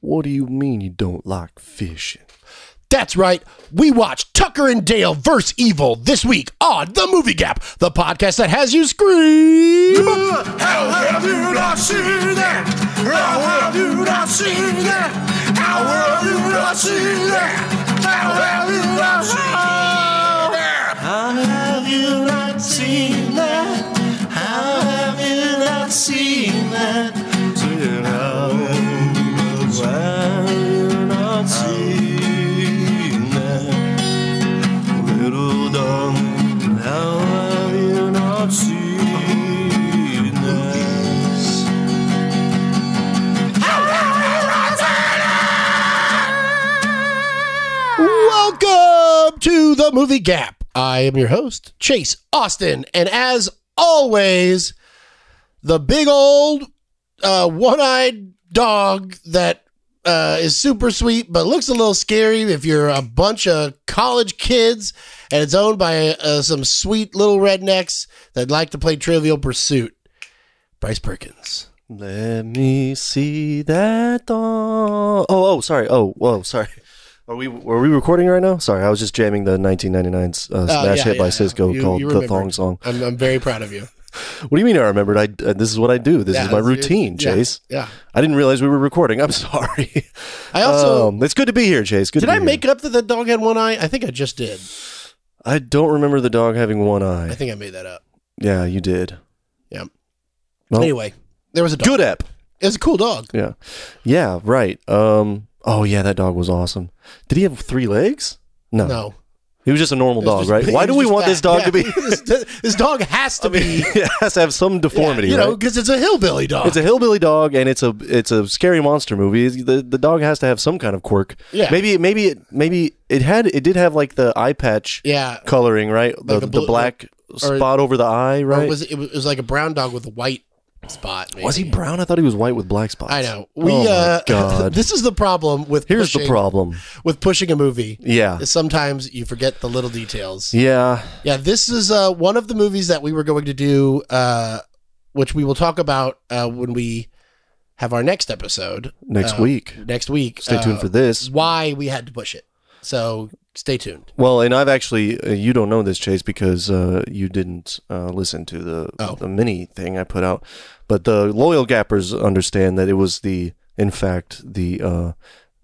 What do you mean you don't like fishing? That's right. We watch Tucker and Dale vs. Evil this week on The Movie Gap, the podcast that has you scream. How have you not seen that? How have you not seen that? How have you not seen that? How have you not seen that? How have you not seen that? How have you not seen that? How have you not seen that? Little darling, how have you not seen that? Welcome to The Movie Gap. I am your host, Chase Austin. And as always, the big old uh, one eyed dog that uh, is super sweet but looks a little scary if you're a bunch of college kids and it's owned by uh, some sweet little rednecks that like to play Trivial Pursuit. Bryce Perkins. Let me see that dog. Oh, oh, sorry. Oh, whoa, sorry. Are we are we recording right now? Sorry, I was just jamming the 1999's uh, Oh, smash yeah, hit yeah, by Cisco you- called you "The remembered. Thong Song." I'm, I'm very proud of you. What do you mean? I remembered. I uh, this is what I do. This Yeah, is my it's- routine, yeah, Chase. Yeah. I didn't realize we were recording. I'm sorry. I also. um, it's good to be here, Chase. Good. did to be I here. make it up that the dog had one eye? I think I just did. I don't remember the dog having one eye. I think I made that up. yeah, you did. Yep. Well, Anyway, there was a dog. good app. It was a cool dog. Yeah. Yeah, right. Um oh yeah, that dog was awesome. Did he have three legs? No. No. He was just a normal It was dog, just- right? it Why was do we just want fat. this dog Yeah. to be this, this dog has to be, it has to have some deformity, you know, right? because it's a hillbilly dog. It's a hillbilly dog, and it's a it's a scary monster movie. It's- The the dog has to have some kind of quirk. Yeah. Maybe maybe it maybe it had it did have like the eye patch yeah. coloring, right? The, Like a the blue- black spot over the eye, Or right? was it, it was it was like a brown dog with a white spot. maybe. Was he brown? I thought he was white with black spots. I know. We oh my uh God. this is the problem with Here's the pushing- problem. with pushing a movie. Yeah. is Sometimes you forget the little details. Yeah. Yeah, this is uh, one of the movies that we were going to do, uh, which we will talk about uh, when we have our next episode Next Uh, week. next week. Stay tuned uh, for this. why we had to push it. So stay tuned. Well, and I've actually uh, you don't know this, Chase, because uh, you didn't uh, listen to the Oh. the mini thing I put out. But the loyal gappers understand that it was the, in fact, the uh,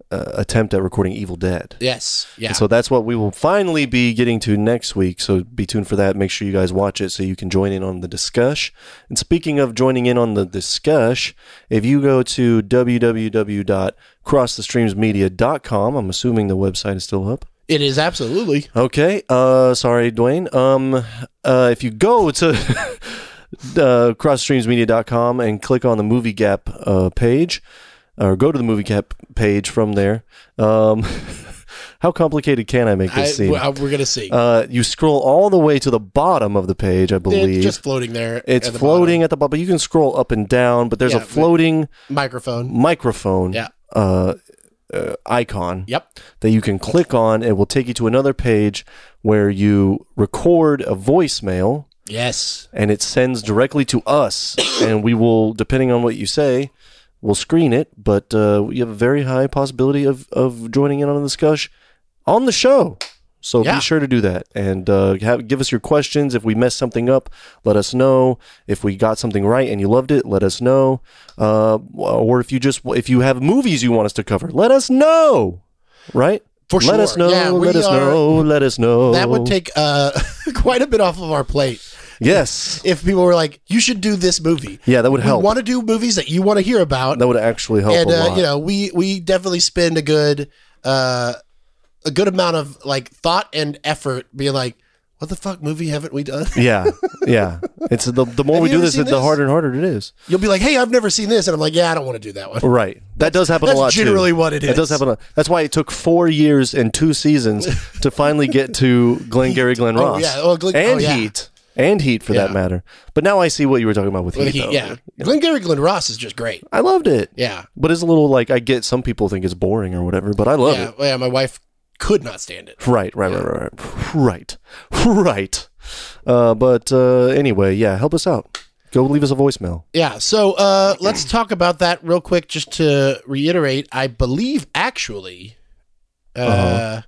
uh, attempt at recording Evil Dead. Yes. Yeah. And so that's what we will finally be getting to next week. So be tuned for that. Make sure you guys watch it so you can join in on the discuss. And speaking of joining in on the discuss, if you go to www.crossthestreamsmedia.com, I'm assuming the website is still up. it is absolutely. Okay. Uh, sorry, Dwayne. Um, uh, if you go to uh, crossstreamsmedia.com and click on the movie gap uh, page, or go to the movie gap page from there. Um, how complicated can I make I, this seem? we're, we're gonna see. uh, you scroll all the way to the bottom of the page, I it's believe. just floating there. It's at the floating at the bottom. You can scroll up and down, but there's Yeah, a but- floating bottom. microphone. microphone Yeah. uh, uh, icon Yep. that you can click on. It will take you to another page where you record a voicemail Yes. and it sends directly to us. and we will, depending on what you say, we'll screen it. But uh, you have a very high possibility of, of joining in on the discussion on the show. So Yeah. be sure to do that and uh, have, give us your questions. If we messed something up, let us know. If we got something right and you loved it, let us know. Uh, or if you just if you have movies you want us to cover, let us know. Right? For Let us sure. know. Yeah, we let us are- know. Let us know. That would take uh, quite a bit off of our plate yes. if people were like, "You should do this movie." Yeah, that would help. We want to do movies that you want to hear about, that would actually help and a lot. uh, you know, we we definitely spend a good uh, a good amount of like thought and effort being like, "What the fuck movie haven't we done?" Yeah, yeah. It's the the more Have we you do ever this, seen the this? harder and harder it is. You'll be like, "Hey, I've never seen this," and I'm like, "Yeah, I don't want to do that one." Right. That does happen That's a lot. generally too. what it That does is. happen. A, that's why it took four years and two seasons to finally get to Glengarry Glen Oh, Ross. yeah. Oh, Glen- and oh, yeah. Heat and Heat for that Yeah. matter. But now I see what you were talking about with Well, Heat. he- though. yeah, Glengarry Glen Ross is just great. I loved it. Yeah, But it's a little like I get some people think it's boring or whatever, but I love yeah, it. yeah. My wife could not stand it. Right, right, right, right, right, right, right. Uh, but uh, anyway, yeah, help us out. go leave us a voicemail. Yeah. So uh, let's talk about that real quick, just to reiterate. I believe actually, uh, Uh-huh.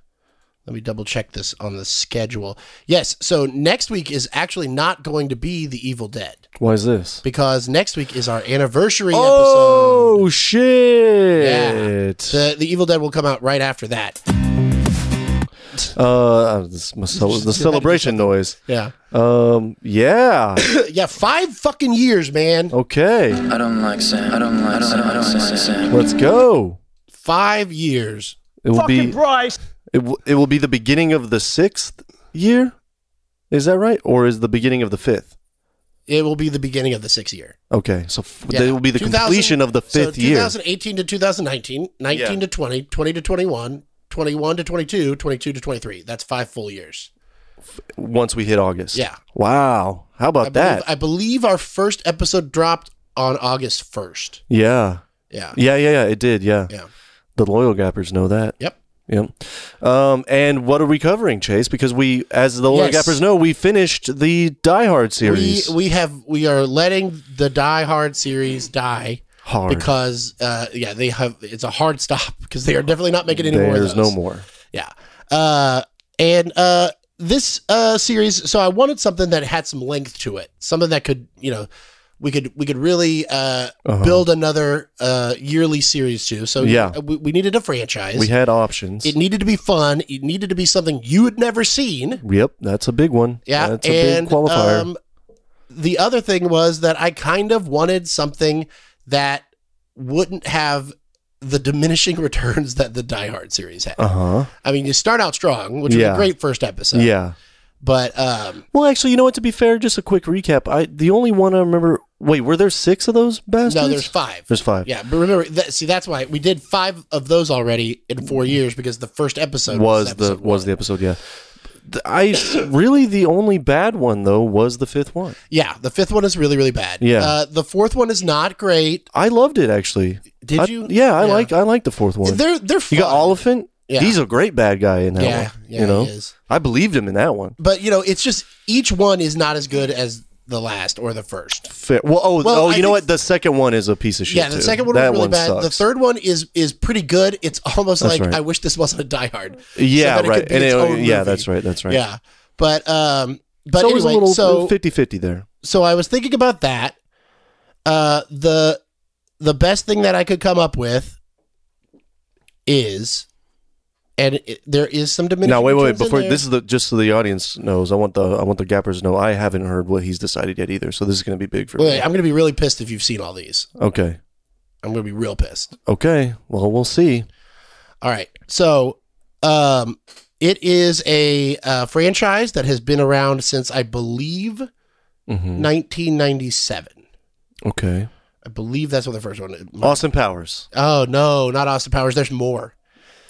let me double check this on the schedule. Yes. So next week is actually not going to be the Evil Dead Why is this? because next week is our anniversary episode. Oh shit! The the Evil Dead will come out right after that. Uh, this must the celebration noise. Yeah. Um, yeah. yeah. Five fucking years, man. Oh. Okay, I don't like Sam. I don't like Sam. I don't like Sam. let's go. Five years. It will be Bryce. it, w- it will be the beginning of the sixth year. Is that right, or is the beginning of the fifth? It will be the beginning of the sixth year. Okay, so f- Yeah. it will be the 2000 completion of the So fifth year. 2018 to 2019, 19 Yeah. to 20, 20 to 21, 21 to 22, 22 to 23. That's five full years. Once we hit August. Yeah. Wow. How I about believe, that? I believe our first episode dropped on August 1st. yeah. Yeah. Yeah. Yeah. Yeah. It did. Yeah. Yeah. The loyal gappers know that. Yep. Yep. Um, and what are we covering, Chase? Because we, as the loyal Yes. gappers know, we finished the Die Hard series. We we have we are letting the Die Hard series die Hard. because uh yeah, they have it's a hard stop because they are definitely not making any more of There's those. no more. Yeah. Uh, and uh, this uh, series, so I wanted something that had some length to it, something that could, you know, we could we could really uh, Uh-huh. build another uh, yearly series to. So uh, Yeah. we, we needed a franchise. We had options. it needed to be fun. It needed to be something you had never seen. yep. That's a big one. Yeah, That's a and big qualifier. Um, the other thing was that I kind of wanted something that wouldn't have the diminishing returns that the Die Hard series had. uh huh. I mean, you start out strong, which was Yeah. a great first episode. Yeah. But um, Well, actually, you know what? To be fair, just a quick recap. I the only one I remember. Wait, were there six of those bastards? no, there's five. There's five. Yeah, but remember, that, see, that's why we did five of those already in four years because the first episode Mm-hmm. was, the episode was one. the episode? Yeah. Th- I really the only bad one though was the fifth one. yeah the fifth one is really really bad. Yeah. uh, the fourth one is not great. I loved it actually. Did I- you? Yeah, I like I like the fourth one. They're they're fun. you got Oliphant. Yeah. He's a great bad guy in that Yeah, one. yeah, you know, he is. I believed him in that one. but you know, it's just each one is not as good as the last or the first. Fair. Well, oh, Well, oh, I you know think- what? The second one is a piece of shit. Yeah, the too. second one that was really one bad. Sucks. The third one is is pretty good. It's almost like right. I wish this wasn't a Die Hard. so yeah, that it could right. be And its it- own yeah, movie. that's right. That's right. Yeah, but um, but so anyway, it was a little so 50-50 there. so I was thinking about that. Uh, the the best thing that I could come up with is, and it, there is some diminishing. Now, wait, wait, wait. returns in Before there. this is the just so the audience knows. I want the I want the gappers to know. I haven't heard what he's decided yet either. So this is going to be big for Wait, me. I'm gonna be really pissed if you've seen all these. okay. I'm gonna be real pissed. Okay. Well, we'll see. All right, so um, it is a uh, franchise that has been around since I believe Mm-hmm. hmm 1997. Okay. I believe that's when the first one. Austin Powers. Oh no, not Austin Powers. There's more.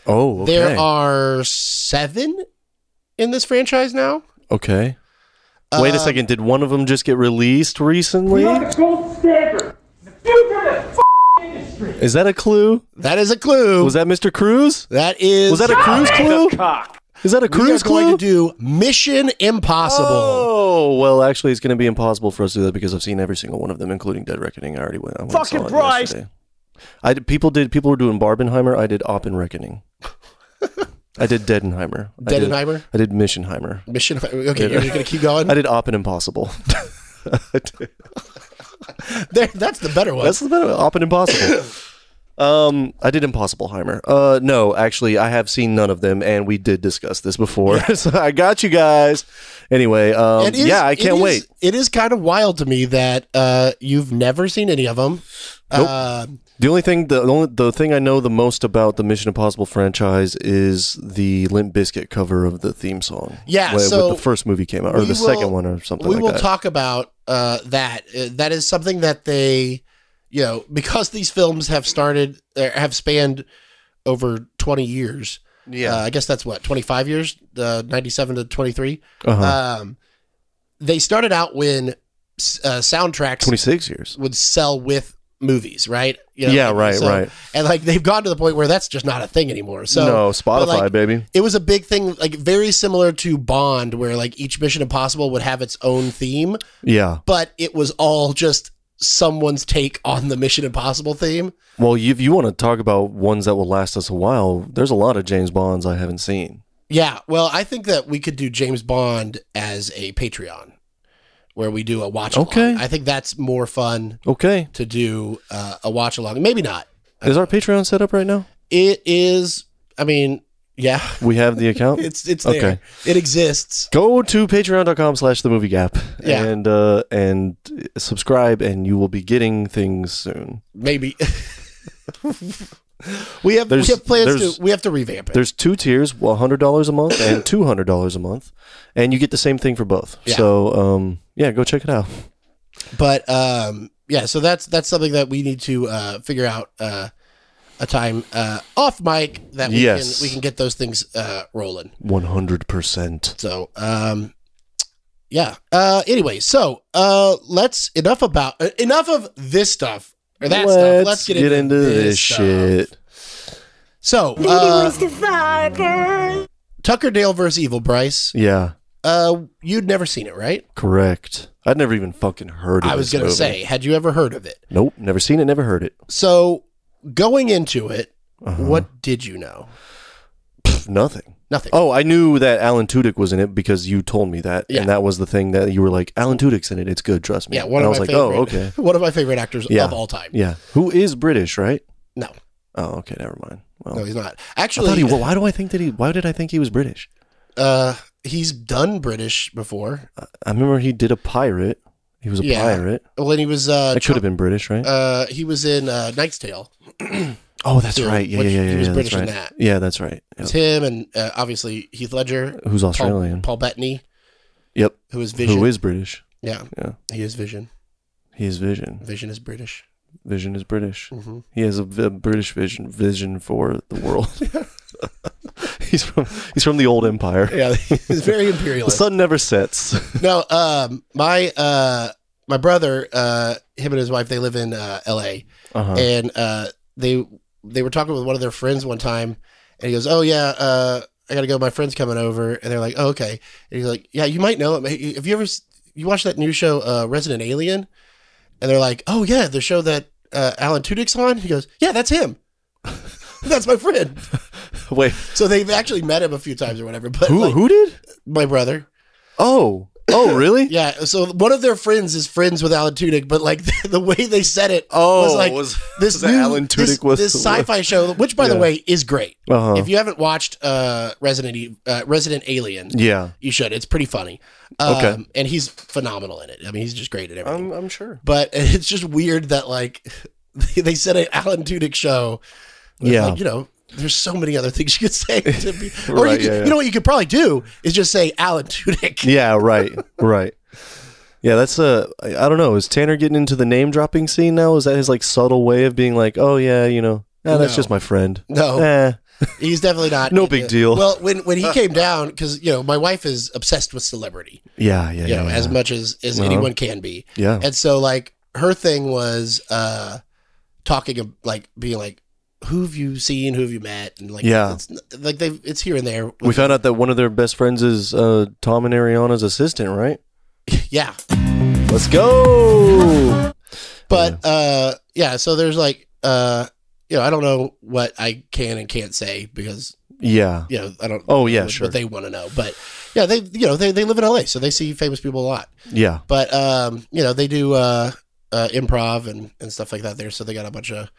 Oh, okay. There are seven in this franchise now. okay. Wait Um, a second. Did one of them just get released recently? You're the gold standard. The future of the f- industry. Is that a clue? That is a clue. Was that Mr. Cruz? that is. Was that a Cruz clue? Is that We a are Cruz going clue? to do Mission Impossible. Oh well, actually, it's going to be impossible for us to do that because I've seen every single one of them, including Dead Reckoning. I already went. I went and saw Fucking it Bryce. yesterday. I did, people did people were doing Barbenheimer. I did Oppen Reckoning. I did Deadenheimer. I did- Deadenheimer? I did Missionheimer. Mission. Okay, you're going to keep going. I did Oppen Impossible. There, that's the better one. That's the better Oppen Impossible. Um, I did Impossible Heimer. Uh, no, actually, I have seen none of them, and we did discuss this before. so I got you guys. Anyway, um, It is- yeah, I it can't is- wait. It is kind of wild to me that uh, you've never seen any of them. Nope. Uh, The only thing, the only the thing I know the most about the Mission Impossible franchise is the Limp Bizkit cover of the theme song. Yeah, when, so when the first movie came out, or we the second will- one, or something. we like will that. talk about uh, that. Uh, that is something that they, you know, because these films have started, uh, have spanned over 20 years. Yeah, Uh, I guess that's what, 25 years, uh, 97 to 23. uh-huh. Um, they started out when s- uh, soundtracks twenty six years. would sell with movies, right? You know, Yeah, and right, so- right. And like they've gone to the point where that's just not a thing anymore. So no, Spotify, but, like, baby. It was a big thing, like very similar to Bond, where like each Mission Impossible would have its own theme, Yeah. but it was all just someone's take on the Mission Impossible theme. Well, if you want to talk about ones that will last us a while, there's a lot of James Bonds I haven't seen. Yeah, well, I think that we could do James Bond as a Patreon, where we do a watch. along. Okay. I think that's more fun Okay. to do uh, a watch along. Maybe not. Is our Patreon set up right now? It is. I mean, yeah, We have the account. it's it's there. Okay. It exists. Go to patreon.com slash the movie gap Yeah. and uh, and subscribe and you will be getting things soon. Maybe. We have, There's- we have plans there's- to we have to revamp it. There's two tiers, $100 a month and $200 a month, and you get the same thing for both. Yeah. So, um, yeah, go check it out. but um yeah so that's that's something that we need to uh figure out uh a time uh off mic that we Yes. can we can get those things uh rolling 100%. so um yeah uh anyway so uh let's enough about uh, enough of this stuff or that stuff let's get, into, this, shit shit. so uh tucker dale versus evil bryce Yeah, uh you'd never seen it right correct. I'd never even fucking heard of i was this gonna movie. say had you ever heard of it Nope, never seen it, never heard it. so going into it Uh-huh. what did you know Pff, Nothing. nothing Oh, I knew that Alan Tudyk was in it because you told me that, Yeah. and that was the thing that you were like, "Alan Tudyk's in it. It's good, trust me." Yeah, one of and I was my like, favorite. "Oh, okay." One of my favorite actors Yeah. of all time. Yeah, who is British, right? No, Oh, okay, never mind. Well, no, he's not. I thought Actually, he, well, why do I think that he? Why did I think he was British? uh, he's done British before. I remember he did a pirate. He was a Yeah. pirate. When he was, uh, That could have been British, right? uh, he was in uh, Knight's Tale. oh, that's yeah, right. Yeah, which- yeah, yeah. he was yeah, British in that's right. that. Yeah, that's right. It's Yep. him and uh, obviously Heath Ledger, Who's Paul- Australian? Paul Bettany, yep. who is Vision. Who is British? yeah, Yeah. he is Vision. He is Vision. Vision is British. Vision is British. Mhm. He has a, v- British vision vision for the world. he's from he's from the old empire. Yeah, he's very The imperialist. sun never sets. no, um, my uh, my brother, uh, him and his wife, they live in uh, L.A. Uh-huh. and uh, they they were talking with one of their friends one time, and he goes, "Oh yeah, uh, I gotta go. My friend's coming over," and they're like, "Oh okay." And he's like, "Yeah, you might know him. Hey, Have you ever s- you watched that new show, uh, Resident Alien?" And they're like, "Oh yeah, the show that uh, Alan Tudyk's on." He goes, "Yeah, that's him. that's my friend." Wait, So they've actually met him a few times or whatever. But who like, who did? my brother, Oh, oh, really? yeah. So one of their friends is friends with Alan Tudyk, but like the, way they said it Oh, was like was- this was new, Alan Tudyk this, was this the one. sci-fi show, which by the Yeah. way is great. Uh-huh. If you haven't watched uh, Resident E- uh, Resident Alien, yeah, you should. It's pretty funny. Um, Okay. Um, and he's phenomenal in it. I mean, he's just great at everything. I'm I'm sure. but it's just weird that like they said an Alan Tudyk show. It's Yeah. like, you know. There's so many other things you could say, to be, or you, Right, could, yeah, yeah. you know what you could probably do is just say Alan Tudyk. Yeah, right, right. Yeah, that's a. I I don't know. Is Tanner getting into the name dropping scene now? Is that his like subtle way of being like, oh yeah, you know, eh, that's No. just my friend. No, Eh. He's definitely not. uh, No big deal. Well, when when he came down, because you know my wife is obsessed with celebrity, Yeah, yeah, you yeah. know, yeah. as much as as Uh-huh. anyone can be, yeah. and so like her thing was uh talking of like being like, who have you seen, who have you met, and like Yeah. it's, like they it's here and there. We found out that one of their best friends is uh, Tom and Ariana's assistant, right? yeah, Let's go. but uh yeah, so there's like uh you know I don't know what I can and can't say because Yeah. you know I don't. Oh yeah, what sure. they want to know, but yeah, they you know they they live in L.A., so they see famous people a lot. yeah. but um, you know they do uh, uh, improv and, and stuff like that there so they got a bunch of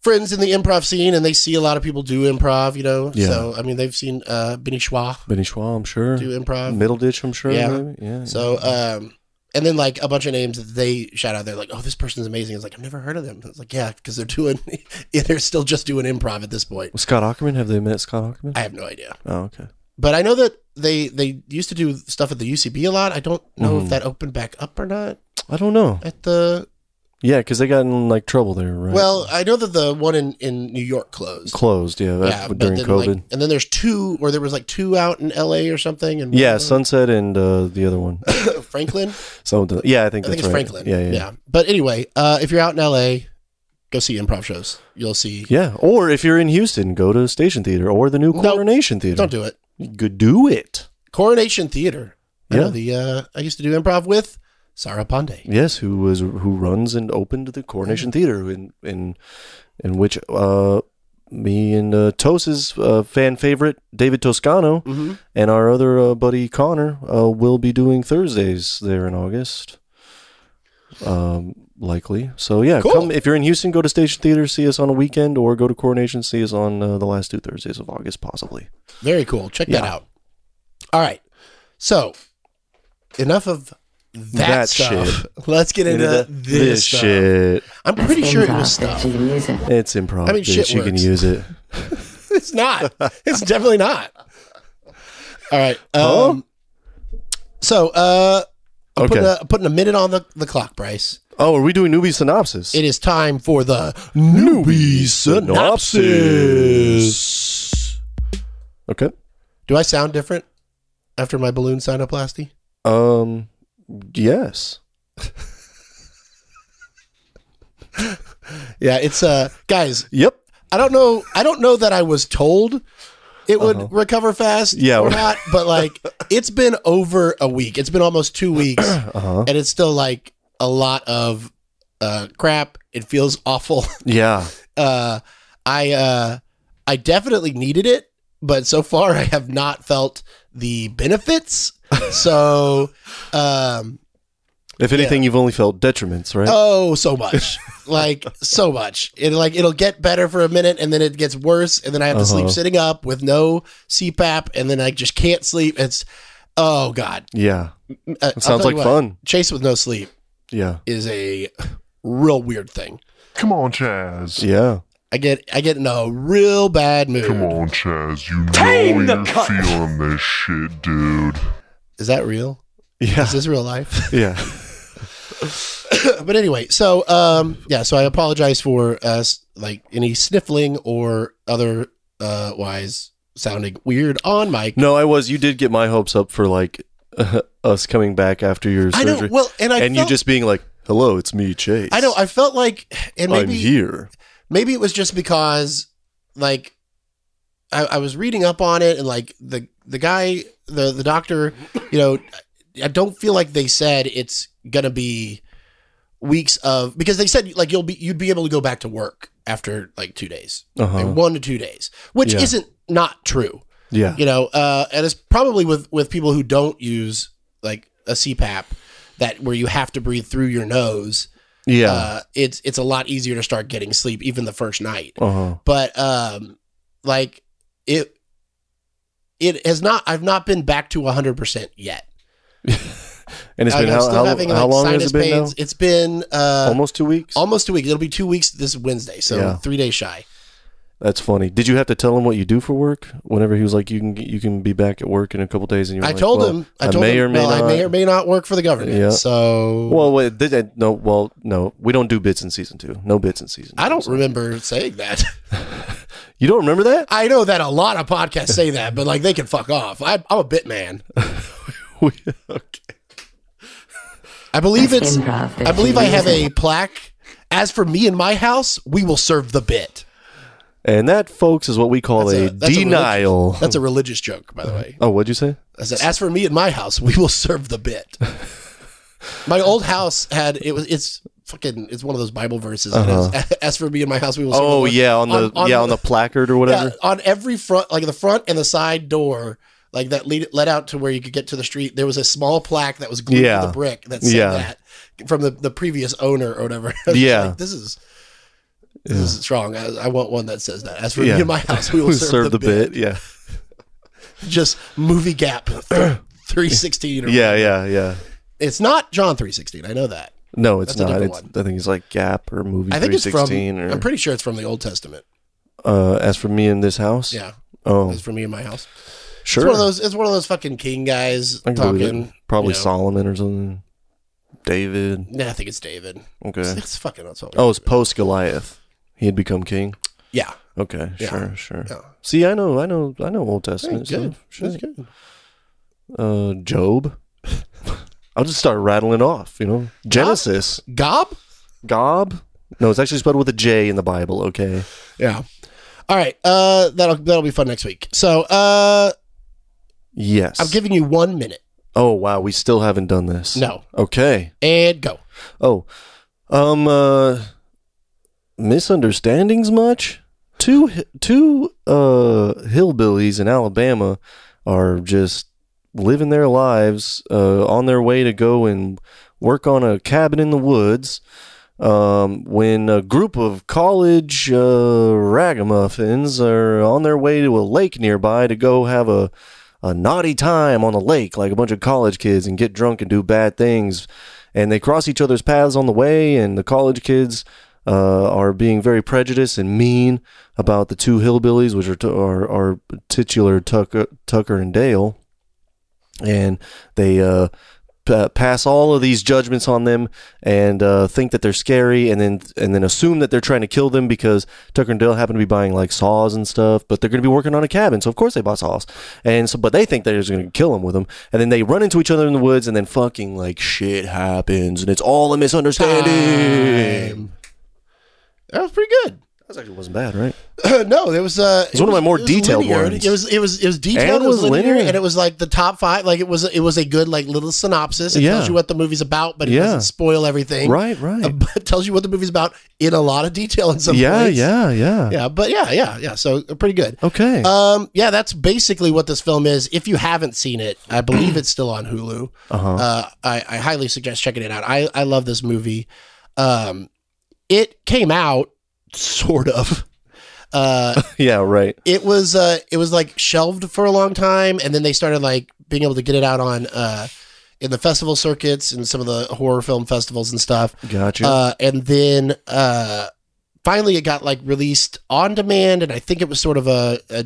friends in the improv scene and they see a lot of people do improv you know Yeah. so i mean they've seen uh, benny schwa Benny Schwa, I'm sure. do improv Middle ditch, I'm sure. Yeah. maybe? Yeah. so um, and then like a bunch of names that they shout out they're like oh this person's amazing it's like i've never heard of them it's like yeah because they're doing they're still just doing improv at this point Was Scott Ackerman, have they met Scott Ackerman? i have no idea oh, okay. but i know that they they used to do stuff at the ucb a lot i don't know Mhm. if that opened back up or not I don't know. at the Yeah, because they got in like trouble there, right? Well, I know that the one in, in New York closed. closed. Yeah, that- yeah, but during then, COVID. Like, and then there's two, or there was like two out in L.A. or something. And yeah, Sunset and uh, the other one. Franklin. Something. Yeah, I think I that's think it's right. Franklin. Yeah, yeah. yeah. But anyway, uh, if you're out in L.A., Go see improv shows. You'll see. Yeah. Or if you're in Houston, go to Station Theater or the new Coronation Theater. Don't do it. You could do it. Coronation Theater. I Yeah. know the uh, I used to do improv with Sarah Pandey. Yes, who was who runs and opened the Coronation Theater in in in which uh me and uh, Tos's uh, fan favorite David Toscano Mm-hmm. and our other uh, buddy Connor uh, will be doing Thursdays there in August. Um likely. So yeah, Cool. come if you're in Houston go to Station Theater see us on a weekend or go to Coronation see us on uh, the last two Thursdays of August possibly. Very cool. Check that out. All right. So enough of that, That stuff. Let's get into, this, stuff. shit. I'm pretty sure it was stuff. It's improv. I mean, bitch. shit you can works. use it. It's not. It's definitely not. All right. Huh? Um, so uh, I'm, Okay. putting a, I'm putting a minute on the, the clock, Bryce. Oh, are we doing newbie synopsis? It is time for the newbie synopsis. Okay. Do I sound different after my balloon sinoplasty? Um. Yes. Yeah, it's uh guys, Yep. I don't know I don't know that I was told it would recover fast Yeah. or not, but like it's been over a week. It's been almost 2 weeks Uh huh. and it's still like a lot of uh crap. It feels awful. Yeah. uh, I uh, I definitely needed it, but so far I have not felt the benefits. So, um, If anything, you've only felt detriments, right? oh, so much, like so much. It like it'll get better for a minute, and then it gets worse, and then I have to sleep Uh-huh. sitting up with no CPAP, and then I just can't sleep. It's oh god, yeah. Uh, I'll It tell sounds you like what, fun. Chase with no sleep Yeah. is a real weird thing. Come on, Chaz. Yeah. I get I get in a real bad mood. Come on, Chaz. You know Tame the you're cunt. feeling this shit, dude. Is that real? Yeah. Is this real life? Yeah. but anyway, so um, yeah, so I apologize for uh, s- like any sniffling or other uh, wise sounding weird on mic. No, I was. You did get my hopes up for like us coming back after your I surgery, know. Well, and I and felt, you just being like, "Hello, it's me, Chase." I know. I felt like, and I'm maybe here. maybe it was just because like I, I was reading up on it and like the the guy the the doctor, you know, I don't feel like they said it's gonna be weeks of because they said like you'll be you'd be able to go back to work after like two days Uh huh. like one to two days, which Yeah. isn't not true. yeah. You know, uh, and it's probably with with people who don't use like a CPAP that where you have to breathe through your nose. Yeah. Uh, it's it's a lot easier to start getting sleep even the first night. Uh huh. But um, like it it has not. I've not been back to hundred percent yet. And it's Like, been I'm how, how, how long has it been now? It's been uh, almost. Almost two weeks. almost two weeks. It'll be two weeks this Wednesday, so Yeah. three days shy. That's funny. Did you have to tell him what you do for work? Whenever he was like, "You can you can be back at work in a couple days," and you were I like, told well, him. I told may him. or may well, not. I may or may not work for the government. Yeah. So Well, wait, did I, no, well, no, we don't do bits in season two. No bits in season. I two, don't so- remember saying that. You don't remember that? I know that a lot of podcasts say that, but like they can fuck off. I, I'm a bit man. We- okay. I believe it's. Improv that I believe you I have use. a plaque. As for me and my house, we will serve the bit. And that, folks, is what we call That's a, a- that's a religious- denial. That's a religious joke, by the way. oh, what'd you say? I said, as for me and my house, we will serve the bit. My old house had it was it's fucking it's one of those Bible verses. It is, as for me and my house, we will. Serve the Uh-huh. Oh Lord." yeah, on the yeah on the placard or whatever. Yeah, on every front, like the front and the side door, like that lead, led out to where you could get to the street. There was a small plaque that was glued Yeah. to the brick that said Yeah. that from the, the previous owner or whatever. I was Yeah. like, this is this is strong. I, I want one that says that. As for Yeah. me and my house, we will serve, the, bit. Yeah, Just movie gap three sixteen. yeah, yeah, yeah. it's not John three sixteen. I know that. No, it's That's a not. different It's, I think it's like Gap or movie I think three it's from. sixteen I'm or pretty sure it's from the Old Testament. uh, as for me in this house. Yeah, Oh, it's for me and my house. sure. It's one of those. It's one of those fucking king guys I can believe talking. it. Probably you know. Solomon or something. David. Nah, I think it's David. Okay. It's fucking that's what- Oh, it's post Goliath. He had become king. yeah. Okay, Yeah. sure, sure. Yeah. See, I know, I know, I know Old Hey, Testament good. stuff. That's Shit. good. Uh, Job. I'll just start rattling off. You know, Genesis, Gob? Gob. No, it's actually spelled with a J in the Bible. Okay. Yeah. All right. Uh, that'll that'll be fun next week. So uh, Yes. I'm giving you one minute. oh wow, we still haven't done this. No, Okay. and go. Oh, um, uh, misunderstandings much? Two hi- two uh hillbillies in Alabama are just living their lives uh, on their way to go and work on a cabin in the woods. Um, when a group of college uh, ragamuffins are on their way to a lake nearby to go have a a naughty time on the lake, like a bunch of college kids, and get drunk and do bad things and they cross each other's paths on the way and the college kids uh, are being very prejudiced and mean about the two hillbillies which are, t- are, are titular tucker, tucker and dale and they uh, p- pass all of these judgments on them and uh, think that they're scary and then and then assume that they're trying to kill them because Tucker and Dale happen to be buying like saws and stuff but they're going to be working on a cabin so of course they bought saws and so but they think they're just going to kill them with them and then they run into each other in the woods and then fucking like shit happens and it's all a misunderstanding Time. That was pretty good. that actually wasn't bad right no, it was. Uh, It's one of my more it was detailed linear. ones. It was. It was. It was detailed. And it was was linear, linear. and it was like the top five. Like it was. It was a good like little synopsis. It Yeah. tells you what the movie's about, but it Yeah. doesn't spoil everything. right right Uh, but it tells you what the movie's about in a lot of detail in some yeah, points. yeah yeah yeah. But yeah, yeah, yeah. So uh, pretty good. okay Um, yeah, that's basically what this film is. If you haven't seen it, I believe it's still on Hulu. uh-huh Uh, I, I highly suggest checking it out. I, I love this movie. Um, it came out sort of. Uh, yeah right it was uh, it was like shelved for a long time, and then they started like being able to get it out on uh, in the festival circuits and some of the horror film festivals and stuff. gotcha Uh, and then uh, finally, it got like released on demand, and I think it was sort of a a,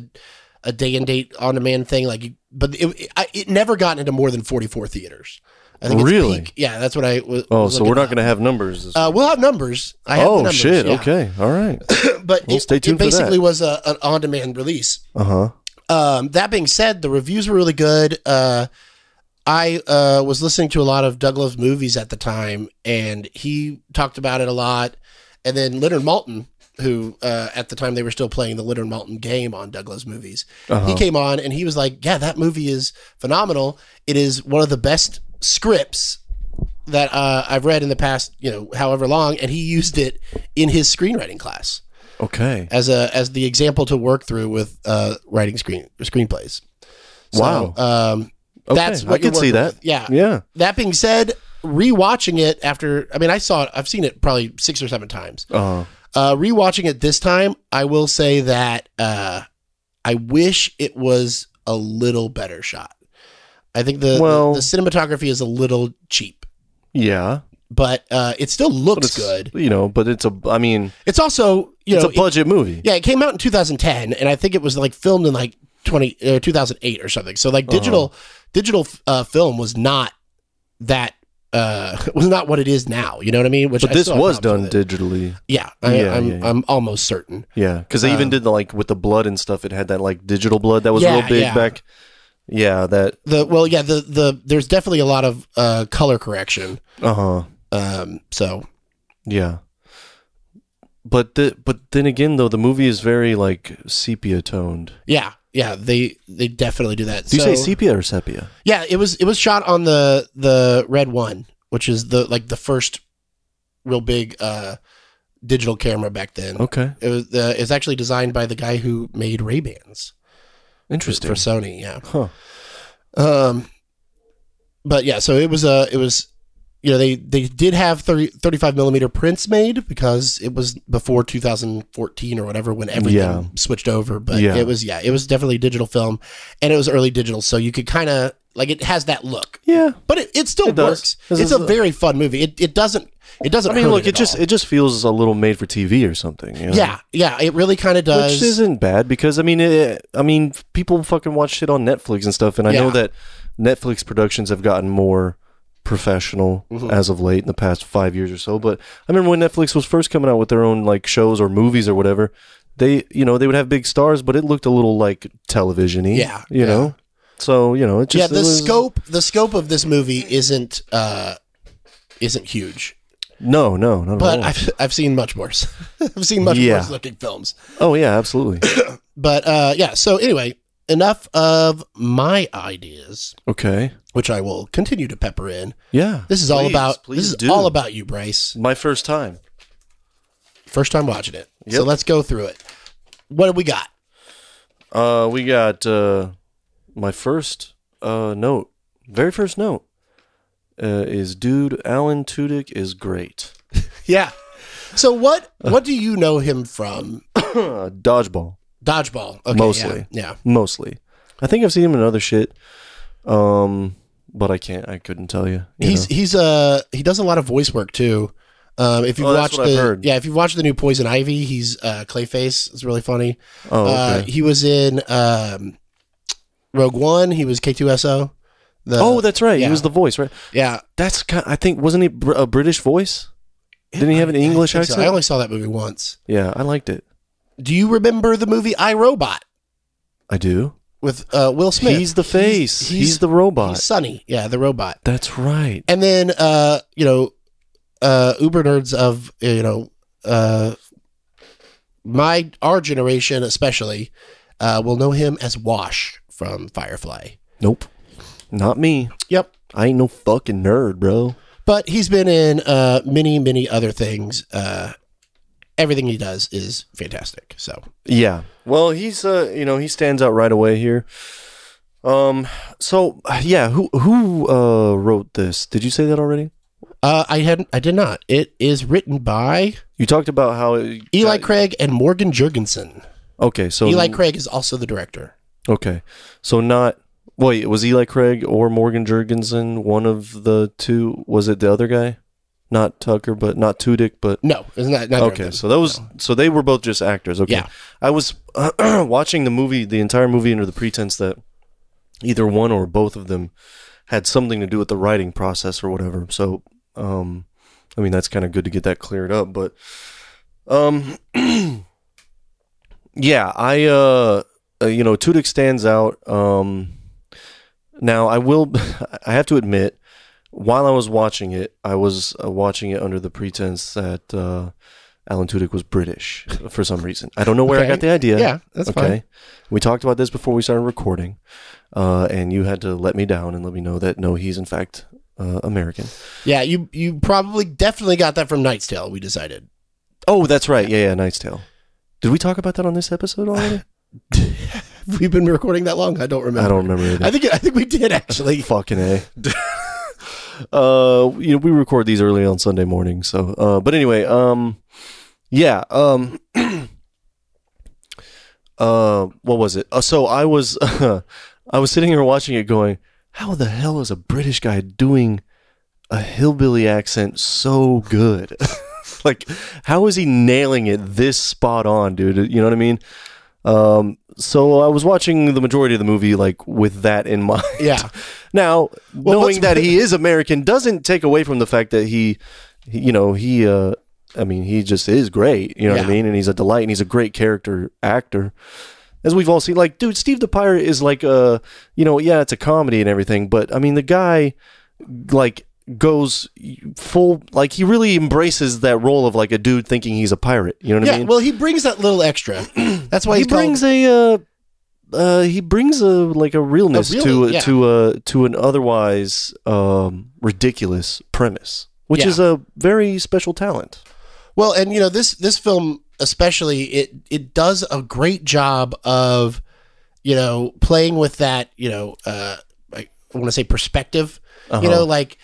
a day and date on demand thing. Like, you- but it it, I, it never got into more than forty four theaters. I think it's Really? peak. Yeah, that's what I. Was, oh was so we're looking not up. going to have numbers this Uh, we'll have numbers. I have the oh numbers, shit yeah. okay all right but Well, it, stay it tuned for that. basically was a, an on demand release. uh-huh Um, that being said, the reviews were really good. Uh, I uh, was listening to a lot of Douglas movies at the time, and he talked about it a lot. And then Leonard Malton, who uh, at the time they were still playing the Leonard Malton game on Douglas movies, he came on and he was like, "Yeah, that movie is phenomenal. It is one of the best scripts." That uh, I've read in the past, you know, however long, and he used it in his screenwriting class okay as a as the example to work through with uh, writing screen screenplays. So, Wow. um, that's Okay, what I can you're see working that. with. Yeah. yeah That being said, rewatching it after I mean I saw it I've seen it probably six or seven times. uh Uh, rewatching it this time, I will say that uh, I wish it was a little better shot. I think the, Well- the cinematography is a little cheap, yeah but uh, it still But looks it's- good. you know but it's a i mean It's also you it's know a budget movie Yeah, it came out in 2010, and I think it was like filmed in like 20 uh, 2008 or something. So like digital Uh-huh. digital uh, film was not that uh was not what it is now. You know what I mean? Which but I this still have was done problems with it. digitally yeah, I, Yeah, I'm yeah, yeah. I'm almost certain. Yeah, because they even did the like with the blood and stuff. It had that like digital blood that was Uh-huh. Yeah, real big yeah. back. Yeah, that. The well, yeah, the the there's definitely a lot of uh color correction. Uh huh. Um, so Yeah. But the but then again though the movie is very like sepia toned. yeah, yeah, they they definitely do that. Do you So- say sepia or sepia? Yeah, it was it was shot on the the Red One, which is the like the first real big uh digital camera back then. Okay, It was uh, it's actually designed by the guy who made Ray Bans interesting. for Sony. Yeah. Huh. Um, but yeah, so it was uh it was you know they they did have 30, 35 millimeter prints made because it was before 2014 or whatever when everything Yeah. switched over but Yeah. it was yeah it was definitely digital film and it was early digital so you could kind of like it has that look Yeah. but it, it still It does. works. This it's is a a- very fun movie. It, it doesn't it doesn't. I mean, hurt look, it, at it just all. it just feels a little made for TV or something. You know? yeah yeah it really kind of does. Which isn't bad because I mean, it, I mean, people fucking watch shit on Netflix and stuff, and I know Yeah. that Netflix productions have gotten more professional Mm-hmm. as of late in the past five years or so. But I remember when Netflix was first coming out with their own like shows or movies or whatever, they you know they would have big stars, but it looked a little like televisiony. Yeah, you yeah. know. So you know, it just yeah, the it was- scope the scope of this movie isn't uh isn't huge. No, no, not but at all. I've, I've seen much worse. I've seen much Oh. Yeah. worse looking films. oh yeah, absolutely. But uh, yeah, so anyway, enough of my ideas, Okay. which I will continue to pepper in. Yeah. This is all Please, about please this is do. all about you, Bryce. my first time. First time watching it. So Yep. let's go through it. What do we got? Uh, we got uh, my first uh, note, very first note uh, is dude Alan Tudyk is great. Yeah. So what what do you know him from? Uh, dodgeball Dodgeball. Okay, Mostly. Yeah. mostly. I think I've seen him in other shit, um, but I can't. I couldn't tell you. yeah. you He's he's uh he does a lot of voice work too. Um, if you've Oh, that's watched what I've the heard. yeah, if you've watched the new Poison Ivy, he's uh, Clayface. It's really funny. know? Oh, Uh, okay. he was in um, Rogue One. He was K2SO. The, oh, that's right. yeah. He was the voice, right? yeah. That's kind. I think wasn't he br- a British voice? Didn't he have an English I think so. accent? I only saw that movie once. yeah, I liked it. Do you remember the movie I Robot I do. with uh, Will Smith? He's the face. He's, he's- the robot. He's Sonny. Yeah, the robot. That's right. And then uh, you know, uh, Uber nerds of you know uh, my our generation especially uh, will know him as Wash from Firefly. Nope. Not me. Yep. I ain't no fucking nerd, bro. But he's been in uh, many many other things. Uh, everything he does is fantastic. So Yeah. Well, he's uh, you know, he stands out right away here. Um so yeah, who who uh wrote this? Did you say that already? uh, I hadn't I did not. It is written by You talked about how it Um, Eli got- Craig and Morgan Jurgensen. Okay, so Eli Craig is also the director. Okay. So not wait, was Eli Craig or Morgan Jurgensen one of the two? Was it the other guy? Not Tucker, but not Tudyk, but No, isn't that neither of Okay, them. so those so they were both just actors. Okay, Yeah. I was watching the movie, the entire movie, under the pretense that either one or both of them had something to do with the writing process or whatever. So, um, I mean, that's kind of good to get that cleared up. But, um, yeah, I uh, uh, you know, Tudyk stands out. Um, now I will, I have to admit. While I was watching it, I was uh, watching it under the pretense that uh, Alan Tudyk was British for some reason. I don't know where I Okay. got the idea. Yeah, that's fine. We talked about this before we started recording, uh, and you had to let me down and let me know that no, he's in fact uh, American. Yeah, you you probably definitely got that from Knight's Tale. We decided. Oh, that's right. Yeah, yeah. Knight's Tale. Did we talk about that on this episode already? We've been recording that long. I don't remember. I don't remember. Either. I think I think we did actually. fucking a. uh, you know, we record these early on Sunday morning, so. Uh, but anyway, um, yeah, um, uh, what was it? Uh, so I was, I was sitting here watching it, going, "How the hell is a British guy doing a hillbilly accent so good?" like, how is he nailing it this spot on, dude? You know what I mean? Um, so I was watching the majority of the movie like with that in mind. Yeah. Now, what's- knowing that he is American doesn't take away from the fact that he, he- you know, he, uh, I mean, he just is great. You know what Yeah. I mean? And he's a delight, and he's a great character actor, as we've all seen. Like, dude, Steve the Pirate is like a, you know, yeah, it's a comedy and everything, but I mean, the guy, like goes full like he really embraces that role of like a dude thinking he's a pirate you know what i Yeah. mean Well, he brings that little extra. That's why he he's called- brings a uh, uh, he brings a like a realness A real- to yeah. to uh, to an otherwise um, ridiculous premise, which Yeah. is a very special talent. Well, and you know this this film especially it it does a great job of you know playing with that you know uh, I want to say perspective. Uh-huh. You know, like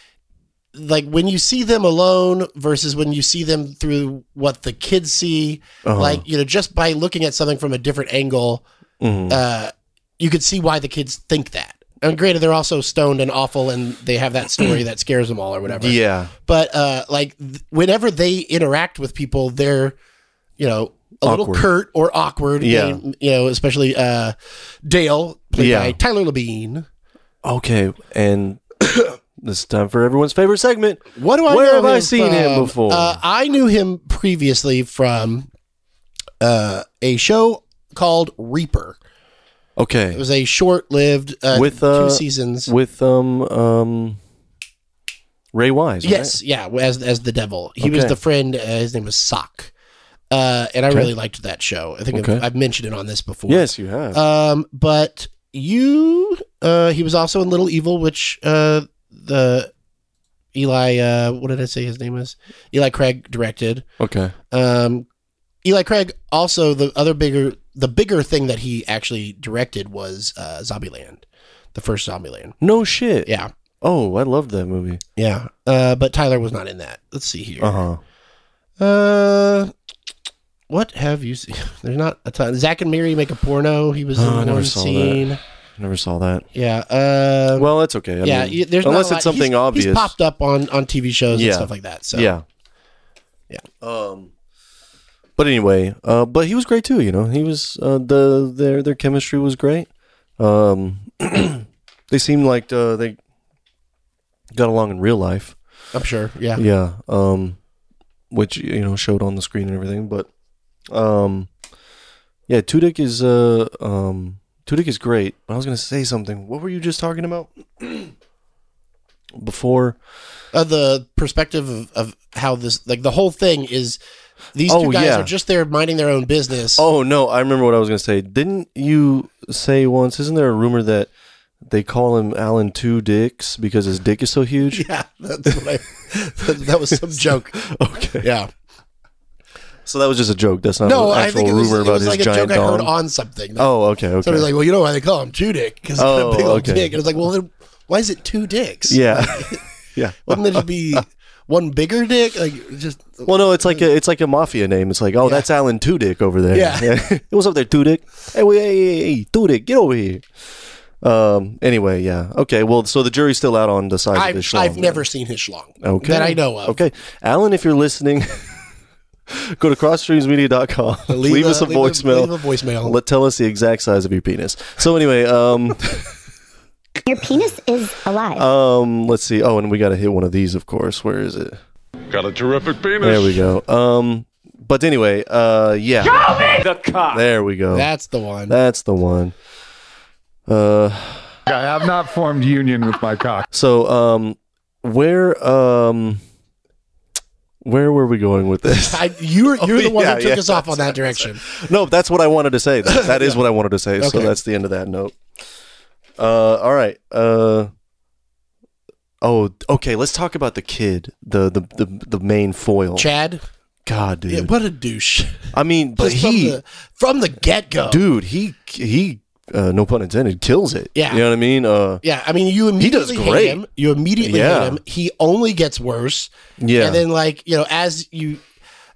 like when you see them alone versus when you see them through what the kids see. Uh-huh. Like you know, just by looking at something from a different angle, Mhm. uh, you could see why the kids think that. And granted, they're also stoned and awful, and they have that story that scares them all or whatever yeah, but uh like th- whenever they interact with people they're you know a little Awkward. curt or awkward Yeah. They- you know especially uh dale played Yeah. by tyler labine okay, and this time for everyone's favorite segment. what do i Where know have I him seen him from? before? uh, i knew him previously from uh a show called reaper it Okay, was a short-lived uh, With, two uh, seasons with um um Ray Wise. right? Yes, yeah, as as the devil. He was Okay. the friend. Uh, his name was Sock, uh, and I Okay. really liked that show. I think I've, Okay. I've mentioned it on this before. Yes, you have. Um, but you, uh, he was also in Little Evil, which uh, the Eli, uh, what did I say his name was? Eli Craig directed. okay. Um, Eli Craig also the other bigger the bigger thing that he actually directed was uh, Zombieland, the first Zombieland. No shit. Yeah, Oh, I loved that movie. yeah. Uh, but Tyler was not in that. Let's see here. Uh huh. Uh, what have you seen? There's not a ton. Zach and Mary make a porno. He was Oh, I in never one saw scene. Never saw that. Yeah. Uh, Well, that's okay. I yeah. mean, you- there's not unless a lot- it's something he's- obvious. He's popped up on on TV shows Yeah. and stuff like that. So Yeah. Yeah. Um. But anyway, uh, but he was great too. You know, he was uh, the their their chemistry was great. Um, they seemed like uh, they got along in real life. I'm sure. Yeah. Yeah. Um, which you know showed on the screen and everything, but um, yeah, Tudyk is uh um Tudyk is great. I was gonna say something. What were you just talking about before? Uh, the perspective of, of how this like the whole thing is. These two Oh, guys yeah. are just there minding their own business. Oh no, I remember what I was gonna say. Didn't you say once? Isn't there a rumor that they call him Alan Two Dicks because his dick is so huge? Yeah, that's what I, that, that was some joke. Okay, Yeah, so that was just a joke. That's not no, an I actual think it was, rumor it about was his like a giant joke I heard dong. on something. oh, okay, okay. Somebody's like, well, you know why they call him two dick because he's got Oh, a big old okay. dick. And it's like, well, then why is it two dicks? yeah, yeah. wouldn't there just be one bigger dick? Like just Well, no, it's like a, it's like a mafia name. It's like, oh, that's Alan Tudyk over there. Mm. Yeah. it was up there, Tudyk. Hey, wait, hey, hey, hey, Tudyk, get over here. Um. Anyway, yeah. Okay. Well, so the jury's still out on the side of I've, this. I've never seen his schlong Okay. that I know of. Okay. Alan, if you're listening, go to crossstreamsmedia.com. Leave, us a voicemail. Leave a voicemail. Let tell us the exact size of your penis. So anyway, um, Your penis is alive. um, let's see. Oh, and we got to hit one of these, of course. Where is it? Got a terrific penis. There we go. Um, but anyway, uh, yeah. Show me the cock. There we go. That's the one. That's the one. Uh, I have not formed union with my cock. so um, where um, where were we going with this? I, you're you're the one yeah, who took yeah, us off on that direction. No, that's what I wanted to say. That, that is what I wanted to say. So Okay. that's the end of that note. Uh, all right. Uh, oh, okay. Let's talk about the kid, the the the, the main foil. Chad, God, dude. yeah, what a douche! I mean, but Just from he, the, from the get go, dude, he he, uh, no pun intended, kills it. Yeah. you know what I mean. Uh, Yeah, I mean, you does immediately great. hate him. You immediately Yeah. hate him. He only gets worse. yeah. And then, like, you know, as you,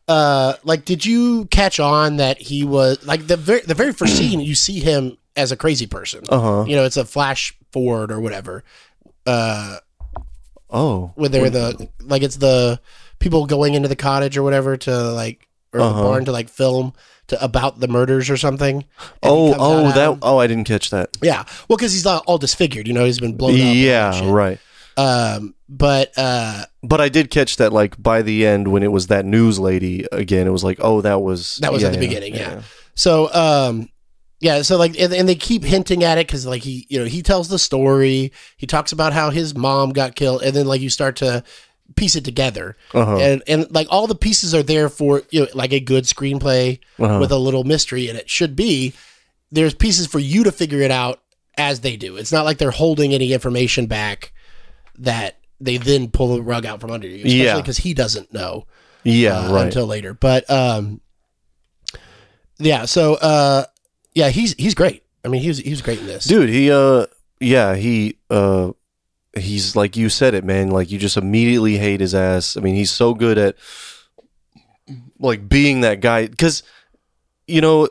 uh, like, did you catch on that he was like the very the very first scene you see him as a crazy person. uh huh. You know, it's a flash forward or whatever. Uh, Oh, when they're the like it's the people going into the cottage or whatever to like or Uh-huh. the barn to like film to about the murders or something. and he oh, comes out oh, at that. him. Oh, I didn't catch that. yeah. Well, because he's all, all disfigured. You know, he's been blown up. and all that Yeah, shit. right. Um, but uh, But I did catch that, like by the end, when it was that news lady again, it was like, oh, that was That was at the beginning, yeah. so um, yeah. So like, and, and they keep hinting at it because like he, you know, he tells the story. He talks about how his mom got killed, and then like you start to piece it together, Uh-huh. and and like all the pieces are there for you know, like a good screenplay Uh-huh. with a little mystery, and it should be there's pieces for you to figure it out as they do. It's not like they're holding any information back that they then pull the rug out from under you, especially Yeah. because he doesn't know yeah, uh, right. until later. But um, yeah, so uh, yeah, he's he's great. I mean, he was he was great in this. dude he uh yeah he uh he's like you said it man like you just immediately hate his ass i mean he's so good at like being that guy because you know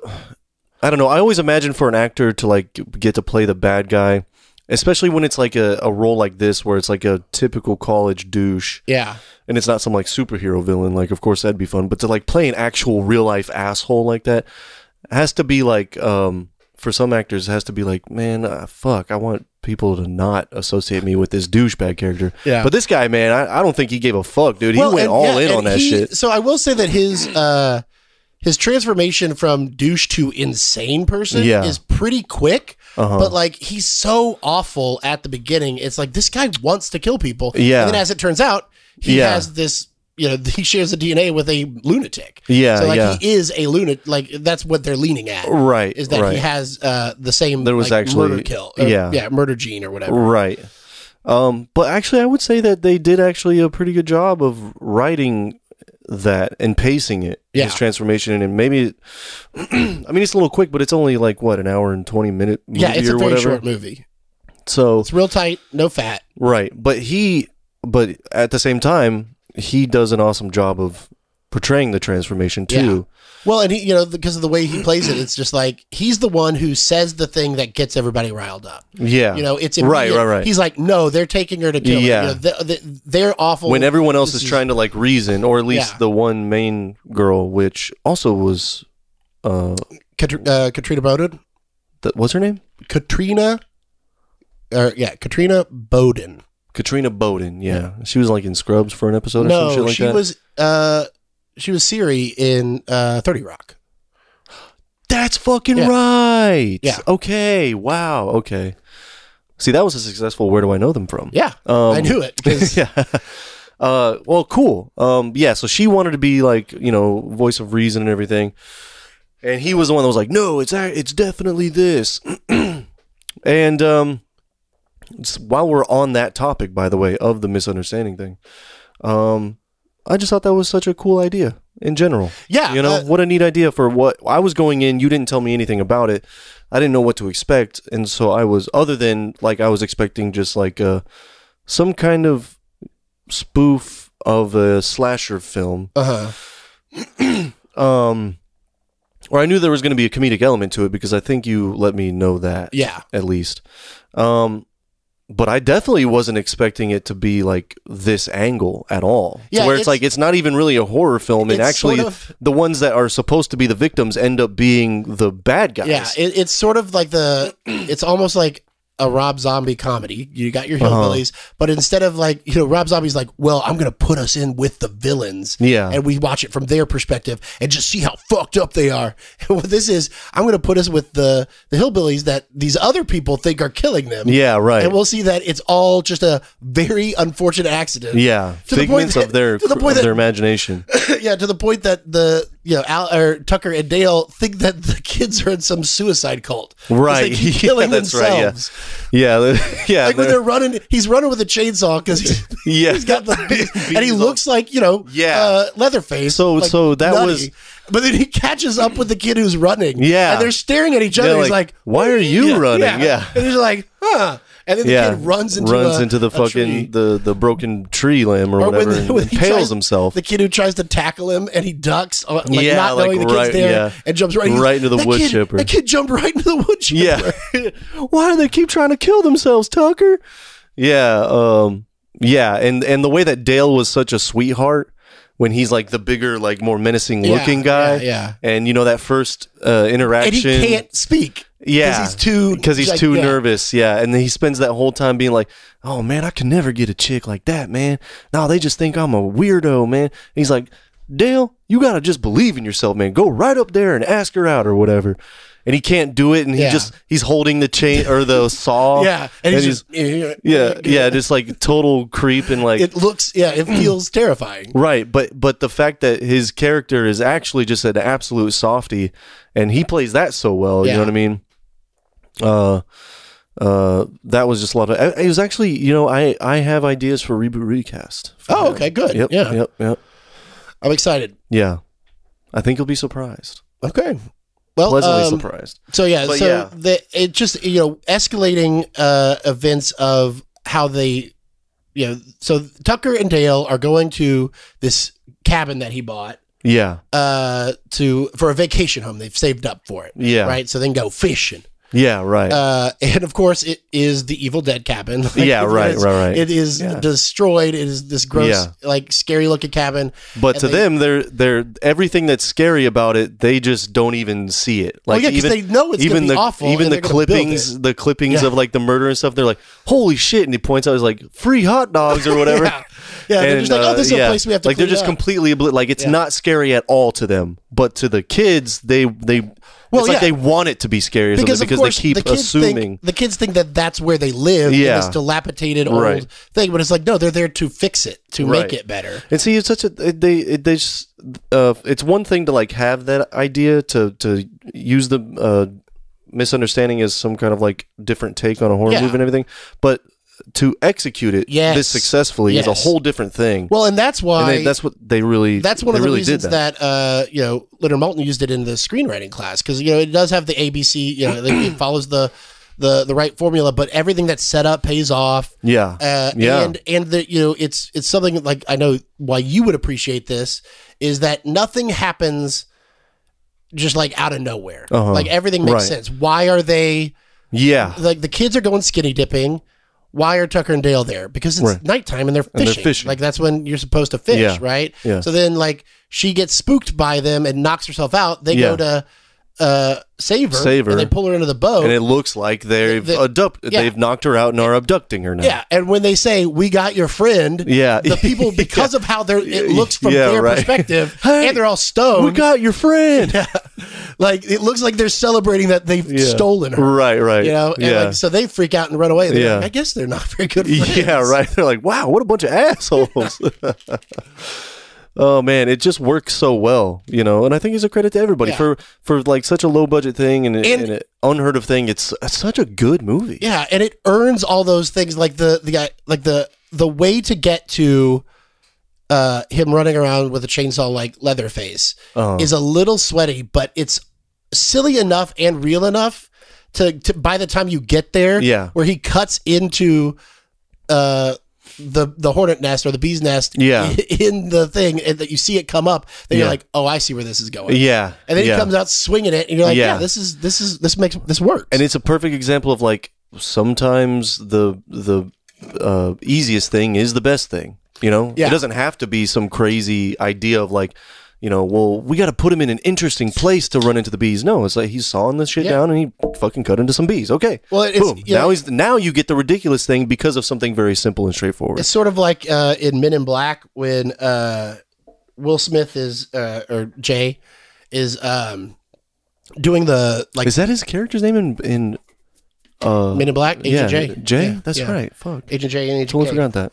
i don't know i always imagine for an actor to like get to play the bad guy especially when it's like a, a role like this where it's like a typical college douche Yeah, and it's not some like superhero villain like of course that'd be fun but to like play an actual real life asshole like that has to be like um for some actors it has to be like man uh, fuck i want people to not associate me with this douchebag character Yeah. but this guy man i, I don't think he gave a fuck dude he Well, went and- all yeah, in and on that he- shit So I will say that his uh, his transformation from douche to insane person Yeah. is pretty quick. Uh-huh. But like he's so awful at the beginning, it's like this guy wants to kill people. Yeah. And then as it turns out, he Yeah. has this. You know, he shares the DNA with a lunatic. Yeah, so like yeah. he is a lunatic. Like that's what they're leaning at. Right, Is that right. he has uh, the same There was like, actually- murder kill? or- yeah. yeah, murder gene or whatever. Right. Um, but actually, I would say that they did actually a pretty good job of writing that and pacing it, Yeah. his transformation, and maybe. I mean, it's a little quick, but it's only like what an hour and twenty minute movie Yeah, it's or a very whatever. short movie. So It's real tight, no fat. right, but he, but at the same time, he does an awesome job of portraying the transformation too. Well, and he, you know, because of the way he plays it, it's just like he's the one who says the thing that gets everybody riled up. Yeah, You know, it's Right, immediate. right, right. He's like, no, they're taking her to kill. her." Yeah. you know, th- th- they're awful. when everyone else This is trying to like reason, or at least Yeah. the one main girl, which also was, uh, Katr- uh, Katrina Bowden, th- what's her name? Katrina, or yeah, Katrina Bowden. Katrina Bowden, yeah. She was like in Scrubs for an episode or some No, shit like she that. was uh, she was Siri in uh, Thirty Rock. That's fucking Yeah. right. Yeah. Okay. Wow. Okay. See, that was a successful where do I know them from? Yeah, Um, I knew it. 'cause- yeah. Uh, well, cool. Um, yeah, so she wanted to be like, you know, voice of reason and everything. And he was the one that was like, no, it's a- it's definitely this. and um, s- while we're on that topic, by the way, of the misunderstanding thing, um, I just thought that was such a cool idea in general. Yeah, You know, uh, what a neat idea for what I was going in. You didn't tell me anything about it. I didn't know what to expect. And so I was, other than like, I was expecting just like uh, some kind of spoof of a slasher film. uh-huh. Um, or I knew there was going to be a comedic element to it because I think you let me know that Yeah. at least. Um, but I definitely wasn't expecting it to be like this angle at all. To Yeah, where it's, it's- like it's not even really a horror film, and It's actually sort of- the ones that are supposed to be the victims end up being the bad guys. Yeah, it, it's sort of like the. It's almost like a Rob Zombie comedy. You got Uh-huh. your hillbillies, but instead of like you know Rob Zombie's like, well, I'm gonna put us in with the villains. Yeah. and we watch it from their perspective and just see how fucked up they are. And what this is, I'm gonna put us with the the hillbillies that these other people think are killing them. yeah, right. And we'll see that it's all just a very unfortunate accident. yeah, to the point figments that- of their to the point of their that- imagination. yeah, to the point that the you know Al, or Tucker and Dale think that the kids are in some suicide cult. 'Cause Right. they keep Yeah, killing that's right, yeah. themselves. yeah, yeah, Like when they're- they're running, he's running with a chainsaw because he's, yeah. he's got the and he Beans looks like you know Yeah. uh, Leatherface. So- like, so that was- But then he catches up with the kid who's running. Yeah. and they're staring at each They're other. he's like, like, "Why "What are you running?" Yeah. Yeah. and he's like, "Huh." And then the yeah, kid runs into runs a- into the a tree. fucking the, the broken tree limb or, Or whatever, when- and, when and he pales tries- himself. The kid who tries to tackle him and he ducks, uh, like Yeah, not like knowing the right- kid's there, yeah. and jumps right, he's- Right into the "That wood kid- chipper." That kid jumped right into the wood chipper. Yeah. Why do they keep trying to kill themselves, Tucker? Yeah, um yeah, and and the way that Dale was such a sweetheart when he's like the bigger, like more menacing Yeah, looking guy. yeah, yeah. And you know that first uh and he interaction can't speak. yeah, he's too because he's like, too yeah. nervous. Yeah, and then he spends that whole time being like, "Oh man, I can never get a chick like that, man. No, they just think I'm a weirdo, man." And he's like, "Dale, you gotta just believe in yourself, man. Go right up there and ask her out or whatever." And he can't do it, and he Yeah. just he's holding the chain or the saw. Yeah, Oh, and, he's, just, yeah, yeah, yeah, just like total creep and like It looks, yeah, it feels terrifying. Right, but but the fact that his character is actually just an absolute softy, and he plays that so well. You Yeah. know what I mean? Uh, uh, that was just a lot of. It was actually, you know, I I have ideas for reboot recast. Oh, okay, good. Yep. yeah, Yep. Yep. I'm excited. Yeah. I think you'll be surprised, Okay, well, pleasantly um, surprised. So yeah, But so yeah. The, it just you know escalating uh, events of how they, you know, so Tucker and Dale are going to this cabin that he bought Yeah. uh, to for a vacation home. They've saved up for it, Yeah. right? So they can go fishing. Yeah. Right. Uh, and of course, it is the Evil Dead cabin. Like, Yeah, it right, is- right, right. It is Yeah. destroyed. It is this gross, Yeah. like scary looking cabin. but and to they- them, they're they're everything that's scary about it. They just don't even see it. Oh, Like yeah, 'cause even they know it's gonna even be the awful even and the they're gonna build clippings, the clippings Yeah. of like the murder and stuff. They're like, holy shit! And he points out, he's like, free hot dogs or whatever. Yeah. Yeah, they're just like, oh, this is a place we have to Like they're clean just up. completely obli- like it's not scary at all to them, but to the kids, they they Well, it's yeah. like they want it to be scary or something because, because, of course, they keep the kids assuming Think, the kids think that that's where they live. in Yeah. this dilapidated old Right. thing, but it's like no, they're there to fix it, to Right. make it better. And see, it's such a they it- they just uh, it's one thing to like have that idea to to use the uh, misunderstanding as some kind of like different take on a horror Yeah. movie and everything, but to execute it Yes. this successfully is a Yes. whole different thing. Well, and that's why and they, that's what they really That's one they of the really did reasons that. uh, you know Leonard Maltin used it in the screenwriting class because you know it does have the ABC. You know, it follows the the the right formula, but everything that's set up pays off. yeah Uh, yeah and and the, you know it's it's something like I know why you would appreciate this is that nothing happens just like out of nowhere. Uh-huh. Like everything makes Right. sense. Why are they yeah like the kids are going skinny dipping? Why are Tucker and Dale there? Because it's Right. nighttime and they're fishing. they're fishing. Like that's when you're supposed to fish, Yeah. right? Yeah. So then like she gets spooked by them and knocks herself out. They Yeah. go to uh save her, Save her. and they pull her into the boat. and it looks like they've The- the- abduct yeah. they've knocked her out and are abducting her now Yeah, and when they say we got your friend, Yeah. the people because of how they're it looks from Yeah, their right. perspective, Hey, and they're all we stoned. got your friend like it looks like they're celebrating that they've Yeah. stolen her. right right You know, and yeah like, so they freak out and run away. They're Yeah. like, I guess they're not very good friends. Yeah, right. They're like, wow, what a bunch of assholes. oh man, it just works so well, you know. And I think it's a credit to everybody Yeah. for for like such a low budget thing and, And- and, an unheard of thing. It's, such a good movie. Yeah, and it earns all those things like the the guy like the the way to get to uh him running around with a chainsaw like Leatherface Uh-huh. is a little sweaty, but it's silly enough and real enough to, to by the time you get there, Yeah. where he cuts into uh the the hornet nest or the bee's nest Yeah. in the thing and that you see it come up, then you're Yeah. like, Oh, I see where this is going. yeah. And then yeah. he comes out swinging it, and you're like, yeah. Yeah. this is this is this makes this works." and it's a perfect example of like sometimes the the uh, easiest thing is the best thing. You know, Yeah. it doesn't have to be some crazy idea of like, you know, well, we got to put him in an interesting place to run into the bees. No, it's like he's sawing this shit Yeah. down and he fucking cut into some bees. Okay, Well, it's- boom. you know- now he's now you get the ridiculous thing because of something very simple and straightforward. It's sort of like uh, in Men in Black when uh, Will Smith is uh, or Jay is um, doing the like Is that his character's name in in uh, Men in Black. Agent yeah, J. Jay? Yeah, That's yeah. right. Fuck, Agent J and Agent totally K. forgot that.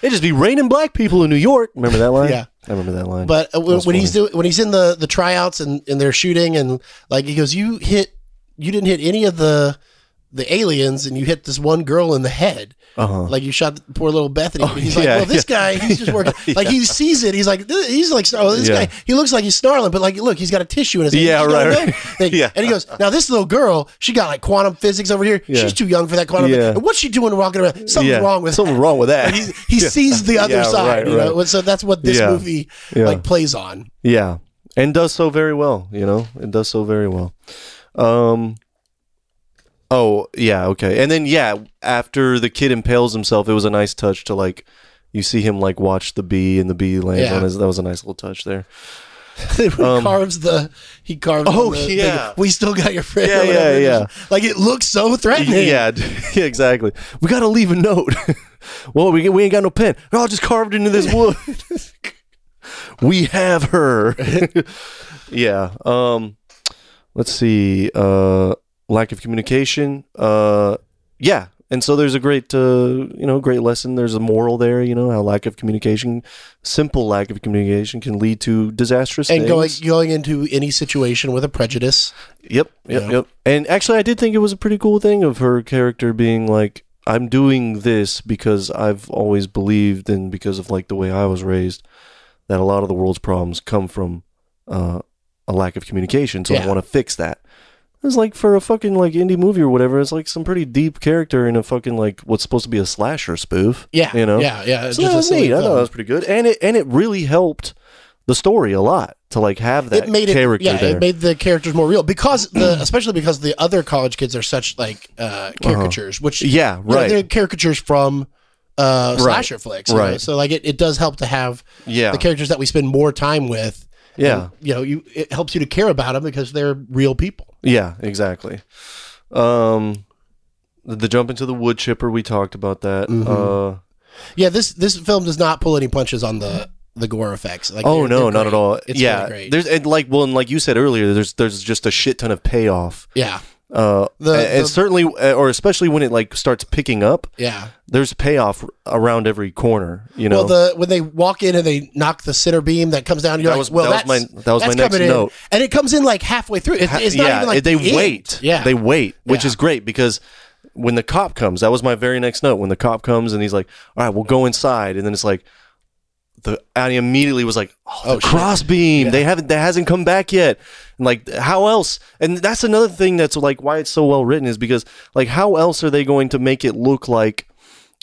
It just be raining black people in New York. Remember that line? Yeah. I remember that line. But uh, when, was when he's doing when he's in the the tryouts and and they're shooting and like he goes, you hit you didn't hit any of the the aliens and you hit this one girl in the head. Uh-huh. Oh, Like you shot the poor little Bethany. and he's like, yeah, well, this guy, he's just working. Like he sees it. He's like, "Th- he's like, oh, this Yeah. guy, he looks like he's snarling, but like, look, he's got a tissue in his hand. Yeah, You don't right, know. right. Like, Yeah. And he goes, now this little girl, she got like quantum physics over here. Yeah. She's too young for that quantum. Yeah. And what's she doing walking around? Something's Yeah. wrong with something that. wrong with that. He, he sees the other Yeah, side, right, you know. right. So that's what this Yeah. movie Yeah. like plays on. yeah, and does so very well. You know, it does so very well. Um. Oh yeah, okay, and then yeah, after the kid impales himself, it was a nice touch to like. You see him like watch the bee and the bee lands Yeah. on his. That was a nice little touch there. he carves the he carves. Um, Oh, on the yeah. thing, we still got your friend. or Yeah, yeah, whatever. yeah. Like it looks so threatening. Yeah, d- yeah, exactly. We gotta leave a note. well, we we ain't got no pen. They're all just carved into this wood. we have her. yeah. Um. Let's see. Uh, lack of communication. Uh, yeah. And so there's a great, uh, you know, great lesson. There's a moral there. You know how lack of communication, simple lack of communication, can lead to disastrous And things. going going into any situation with a prejudice. Yep, yep, Yeah. yep. And actually, I did think it was a pretty cool thing of her character being like, "I'm doing this because I've always believed, and because of like the way I was raised, that a lot of the world's problems come from uh, a lack of communication. So Yeah. I want to fix that." It's like for a fucking like indie movie or whatever. It's like some pretty deep character in a fucking like what's supposed to be a slasher spoof. Yeah, you know. Yeah, yeah. just So um, that a was silly neat. I thought film. that was pretty good, and it and it really helped the story a lot to like have that it made it, character yeah, there. it made the characters more real because the especially because the other college kids are such like uh, caricatures, which Uh-huh. Yeah, you know, right. they're caricatures from uh, slasher flicks, you know? right. So like it, it does help to have yeah, the characters that we spend more time with. yeah. You know, you it helps you to care about them because they're real people. Yeah, exactly. Um, the, the jump into the wood chipper, we talked about that. Uh, Yeah, this this film does not pull any punches on the the gore effects. Like, Oh they're- no, they're not great. at all. It's yeah, really great. there's and like well, and like you said earlier, there's there's just a shit ton of payoff. yeah, Uh, The- and- and the- certainly, uh, or especially when it like starts picking up, yeah. there's payoff around every corner. You know, Well, the when they walk in and they knock the center beam that comes down, you're That like, was- well, that was that's- my- that was my that's next coming in. note. and it comes in like halfway through. It, Ha- it's not even like they the end. wait. Yeah, they wait, which Yeah. is great because when the cop comes, that was my very next note. When the cop comes and he's like, "All right, we'll go inside," and then it's like. The, I immediately was like, "Oh, the Oh, shit. cross beam! They haven't, that hasn't come back yet." And like, how else? And that's another thing that's like why it's so well written is because like, how else are they going to make it look like,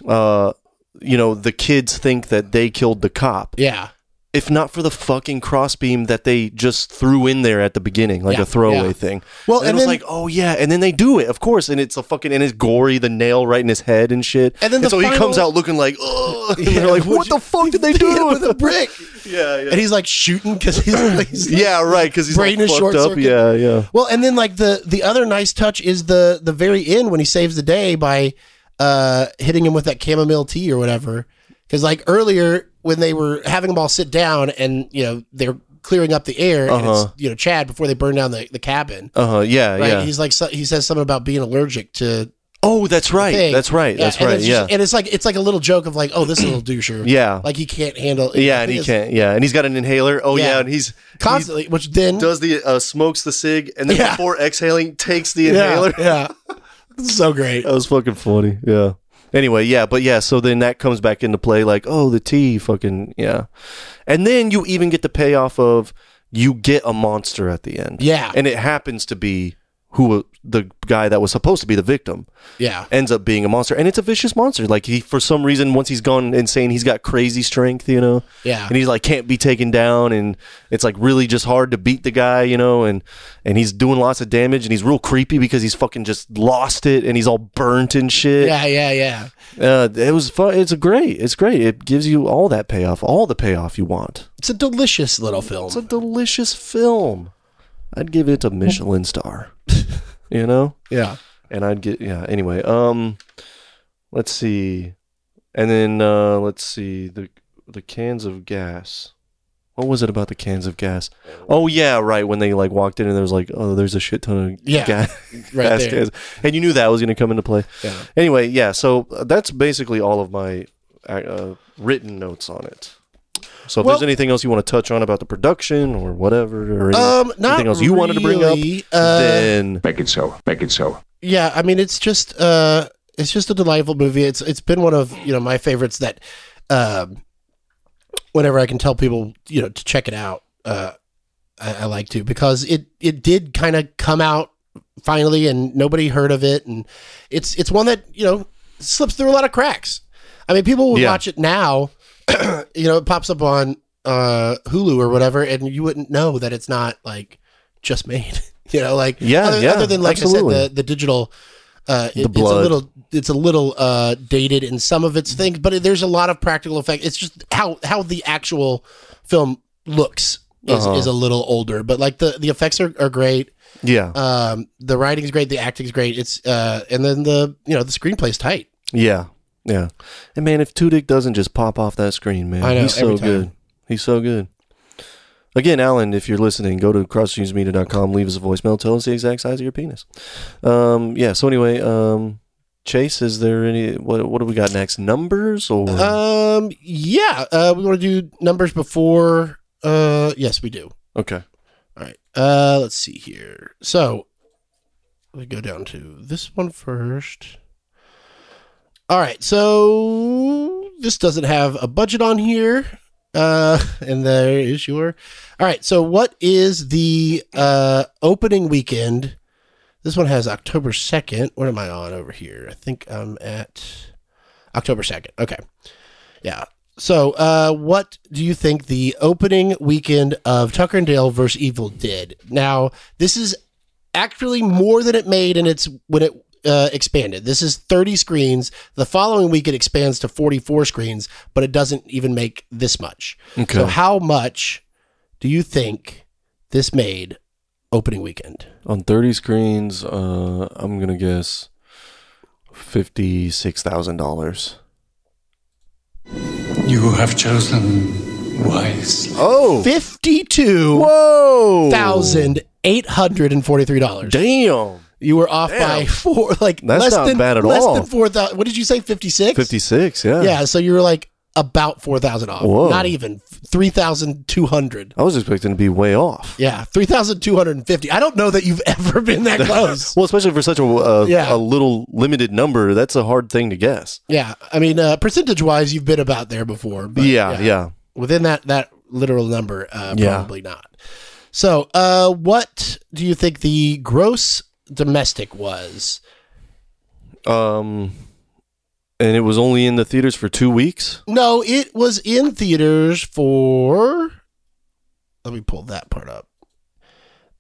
uh, you know, the kids think that they killed the cop? yeah, if not for the fucking crossbeam that they just threw in there at the beginning, like Yeah, a throwaway yeah. thing. Well, and, and it was then- like, oh yeah, and then they do it, of course, and it's a fucking and it's gory, the nail right in his head and shit. And then the so he comes final- out looking like, oh, and Yeah, they're like, what what'd the fuck did they do with a brick. Yeah, yeah, And he's like shooting because he's, he's like- yeah, right, because he's Brain like is fucked short up. circuit. Yeah, yeah, Well, and then like the the other nice touch is the the very end when he saves the day by uh hitting him with that chamomile tea or whatever. Because like earlier when they were having them all sit down and you know they're clearing up the air and Uh-huh. it's you know Chad before they burn down the, the cabin. uh huh, yeah, Right? yeah. He's like so, he says something about being allergic to oh, that's right, thing. that's right, Yeah, that's and right, it's yeah, just- and it's like it's like a little joke of like oh this little doucher yeah, like he can't handle yeah, I and think he it's can't, yeah, and he's got an inhaler. Oh yeah, Yeah. and he's he's- constantly which then does the uh, smokes the cig and then Yeah. before exhaling takes the yeah inhaler. yeah so great That was fucking funny. Yeah. Anyway, yeah, but yeah, so then that comes back into play like, oh, the T fucking yeah. And then you even get the payoff of you get a monster at the end. Yeah. And it happens to be who the guy that was supposed to be the victim yeah ends up being a monster. And it's a vicious monster. Like he for some reason once he's gone insane, he's got crazy strength, you know. yeah And he's like can't be taken down and it's like really just hard to beat the guy, you know, and and he's doing lots of damage and he's real creepy because he's fucking just lost it and he's all burnt and shit. yeah yeah yeah. Uh, it was fun. It's a great. It's great. It gives you all that payoff, all the payoff you want. It's a delicious little film. It's a delicious film. I'd give it a Michelin star. you know, yeah. and I'd get yeah. Anyway, um, let's see, and then uh, let's see the the cans of gas. What was it about the cans of gas? Oh yeah, right. When they like walked in and there was like, oh, there's a shit ton of Yeah, gas, right gas there. cans, and you knew that was going to come into play. Yeah. Anyway, yeah. So uh, that's basically all of my uh, uh, written notes on it. So if Well- there's anything else you want to touch on about the production or whatever, or any- Um, not anything else you wanted to bring up, really, uh, then Make it so. Make it so. Yeah, I mean it's just uh it's just a delightful movie. It's it's been one of, you know, my favorites that um whenever I can tell people, you know, to check it out, uh I, I like to because it it did kind of come out finally and nobody heard of it and it's it's one that, you know, slips through a lot of cracks. I mean, people would Yeah. watch it now, you know, it pops up on uh Hulu or whatever and you wouldn't know that it's not like just made. You know, like Yeah, other, yeah, other than like I absolutely. said, the, the digital uh, it- blood. It's a little, it's a little uh, dated in some of its things, but there's a lot of practical effect. It's just how how the actual film looks is, Uh-huh. is a little older, but like the the effects are, are great. yeah, Um, the writing's great, the acting's great. It's uh, and then the you know the screenplay's tight. yeah, yeah. And man, if Tudyk doesn't just pop off that screen, man, I know, he's so every time. good. He's so good. Again, Alan, if you're listening, go to crossstreamsmedia.com, leave us a voicemail, tell us the exact size of your penis. Um, yeah. So anyway, um, Chase, is there any what? What do we got next? Numbers or Um, yeah, uh, we want to do numbers before. Uh, yes, we do. okay? All right. Uh, let's see here. So we go down to this one first. All right. So this doesn't have a budget on here. Uh, and there is your. All right. So what is the uh opening weekend? This one has October second. What am I on over here? I think I'm at October second. Okay. Yeah. So, uh, what do you think the opening weekend of Tucker and Dale versus Evil did? Now, this is actually more than it made, and it's when it uh, expanded. This is 30 screens. The following week, it expands to 44 screens, but it doesn't even make this much. Okay. So, how much do you think this made opening weekend? On 30 screens, uh, I'm going to guess $56,000. You have chosen wisely. Oh, Fifty-two whoa, thousand eight hundred and forty-three dollars. Damn, You were off by Damn. four, like That's less not than bad at less all. than four thousand. What did you say? Fifty-six. fifty-six. Yeah, Yeah, so you were like about four thousand off. Whoa. Not even three thousand two hundred. I was expecting to be way off. Yeah, three thousand two hundred and fifty. I don't know that you've ever been that close. Well, especially for such a uh, Yeah. a little limited number, that's a hard thing to guess. yeah, I mean, uh, percentage-wise, you've been about there before. But yeah, yeah, within that that literal number, uh, Yeah. probably not. So, uh, what do you think the gross domestic was? Um, and it was only in the theaters for two weeks. No, it was in theaters for. Let me pull that part up.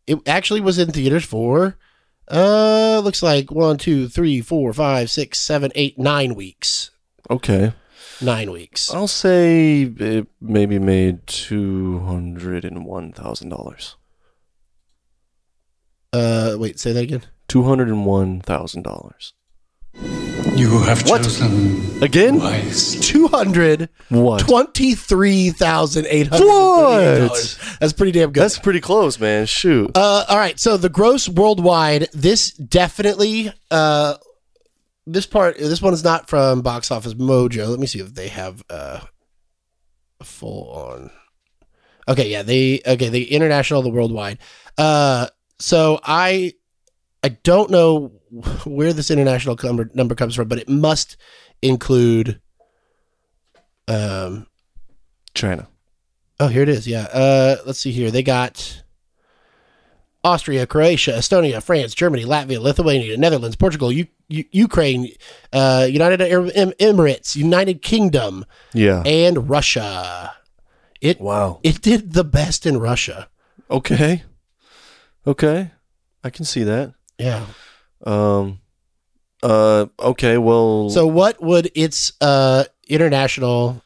It actually was in theaters for. Uh, looks like one, two, three, four, five, six, seven, eight, nine weeks. Okay, Nine weeks. I'll say it maybe made two hundred and one thousand dollars. Uh, wait, say that again. Two hundred and one thousand dollars You have What? chosen again. wisely. Two hundred What? twenty-three thousand eight hundred dollars. What? That's pretty damn good. That's pretty close, man. Shoot. Uh, all right. So the gross worldwide. This definitely. Uh, this part. This one is not from Box Office Mojo. Let me see if they have uh, full on. Okay. Yeah. They. Okay. The international. The worldwide. Uh. So I. I don't know where this international number number comes from, but it must include. Um. China. Oh, here it is. Yeah. Uh, let's see here. They got Austria, Croatia, Estonia, France, Germany, Latvia, Lithuania, Netherlands, Portugal, U- U- Ukraine, uh, United Arab Em- Emirates, United Kingdom, Yeah. and Russia. It Wow. it did the best in Russia. Okay. Okay. I can see that. Yeah. Um. Uh. Okay. Well. So what would its uh international?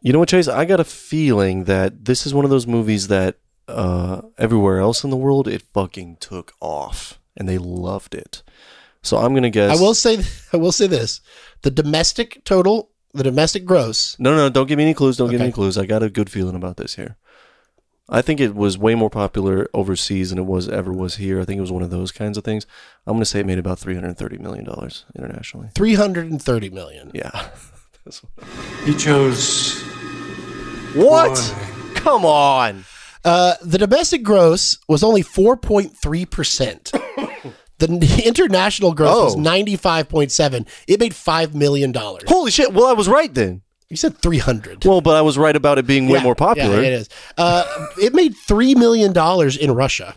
You know what, Chase? I got a feeling that this is one of those movies that uh, everywhere else in the world it fucking took off and they loved it. So I'm gonna guess. I will say I will say this: the domestic total, the domestic gross. No, no, don't give me any clues. Don't give me Okay. any clues. I got a good feeling about this here. I think it was way more popular overseas than it was ever was here. I think it was one of those kinds of things. I'm gonna say it made about 330 million dollars internationally. 330 million. Yeah. That's- You chose what? Come on. Uh, the domestic gross was only 4.3%. the n- international gross was Oh. 95.7. It made 5 million dollars. Holy shit! Well, I was right then. You said 300. Well, but I was right about it being way Yeah, more popular. Yeah, it is. Uh, it made 3 million dollars in Russia.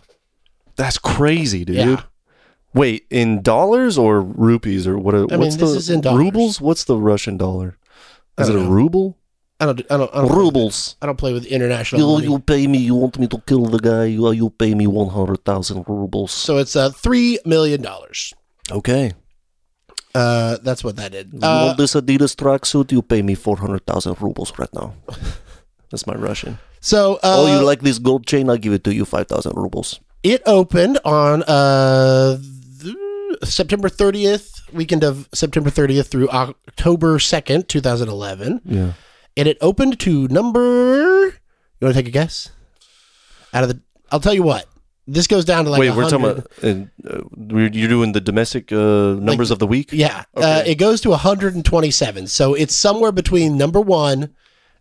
That's crazy, dude. Yeah. Wait, in dollars or rupees or what? uh, what's mean, the this is in dollars. rubles? What's the Russian dollar? Is it don't a know. ruble? I don't I don't I don't, Uh, Rubles. I don't play with international You money. you pay me. You want me to kill the guy? You you pay me one hundred thousand rubles. So it's uh, 3 million dollars. Okay. Uh, that's what that did. You Uh, want this Adidas tracksuit? You pay me four hundred thousand rubles right now. That's my Russian. so uh, oh, you like this gold chain? I give it to you five thousand rubles. It opened on uh, th- September 30th, weekend of September 30th through October 2nd, 2011. Yeah. And it opened to number. You want to take a guess? Out of the. I'll tell you what. This goes down to like. Wait, we're talking 100 about uh, uh, we're- you're doing the domestic uh, numbers of the week. Yeah. Uh, Okay. it goes to 127. So it's somewhere between number one